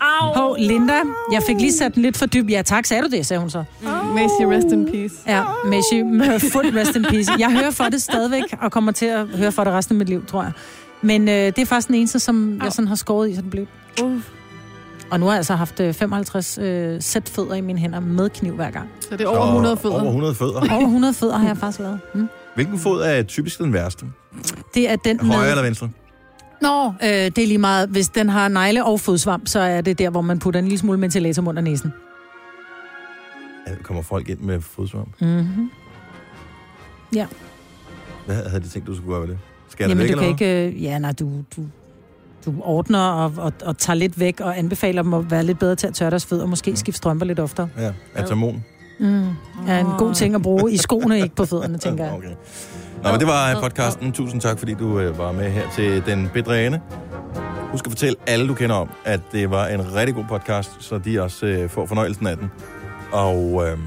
[SPEAKER 3] Hov, Linda, jeg fik lige sat den lidt for dyb. Ja, tak, sagde du det, sagde hun så.
[SPEAKER 4] Macy, rest in peace.
[SPEAKER 3] Ja, Meshi, med fuld rest in peace. Jeg hører for det stadigvæk, og kommer til at høre for det resten af mit liv, tror jeg. Men øh, det er faktisk den eneste, som jeg sådan har skåret i, så den blev. Uh. Og nu har jeg altså haft øh, 55 øh, sæt fødder i mine hænder med kniv hver gang.
[SPEAKER 4] Så det er over 100 fødder.
[SPEAKER 1] Over 100 fødder.
[SPEAKER 3] Over 100 fødder har jeg faktisk lavet. Mm.
[SPEAKER 1] Hvilken fod er typisk den værste?
[SPEAKER 3] Det er den
[SPEAKER 1] Højre
[SPEAKER 3] med...
[SPEAKER 1] eller venstre?
[SPEAKER 3] Nå, øh, det er lige meget. Hvis den har negle og fodsvamp, så er det der, hvor man putter en lille smule ventilator under næsen.
[SPEAKER 1] Ja, Kommer folk ind med fodsvamp?
[SPEAKER 3] Mm-hmm. Ja.
[SPEAKER 1] Hvad havde de tænkt, du skulle gøre ved det? Skal jeg da
[SPEAKER 3] Jamen,
[SPEAKER 1] væk,
[SPEAKER 3] du kan
[SPEAKER 1] eller hvad?
[SPEAKER 3] ikke... øh, Ja, nej, du, du, du ordner og, og, og Mm. tager lidt væk og anbefaler dem at være lidt bedre til at tørre deres fødder og måske skifte strømper lidt oftere.
[SPEAKER 1] Ja, atamon.
[SPEAKER 3] Mm. Ja, en god ting at bruge i skoene, ikke på fødderne, tænker jeg. Okay.
[SPEAKER 1] Ah, Nå, men det var podcasten. Tusind tak, fordi du øh, var med her til Den Bedræne. Husk at fortælle alle, du kender om, at det var en rigtig god podcast, så de også øh, får fornøjelsen af den. Og øh,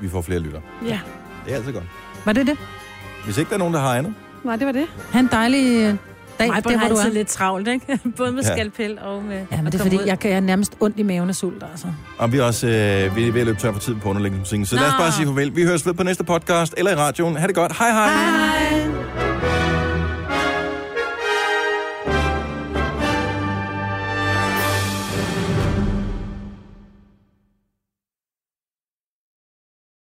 [SPEAKER 1] vi får flere lytter.
[SPEAKER 3] Ja.
[SPEAKER 1] Det er altid godt.
[SPEAKER 3] Var det det?
[SPEAKER 1] Hvis ikke der er nogen, der har andet.
[SPEAKER 4] Nej, det var det.
[SPEAKER 3] Ha' en dejlig øh, dag,
[SPEAKER 2] Mig,
[SPEAKER 3] der hvor
[SPEAKER 2] har
[SPEAKER 3] du er.
[SPEAKER 2] altid lidt travlt, ikke? Både med
[SPEAKER 1] Ja.
[SPEAKER 2] ja. skalpel og med...
[SPEAKER 3] Ja, men det er fordi, jeg, kan, jeg er nærmest ondt i maven af sult, altså.
[SPEAKER 1] Og vi er også øh, vi er ved at løbe tør for tid på underlægningsmusikken. Så Nå. lad os
[SPEAKER 3] Nå.
[SPEAKER 1] bare sige farvel. Vi høres ved på næste podcast eller i radioen. Ha' det godt. Hej hej. hej.
[SPEAKER 3] Hej.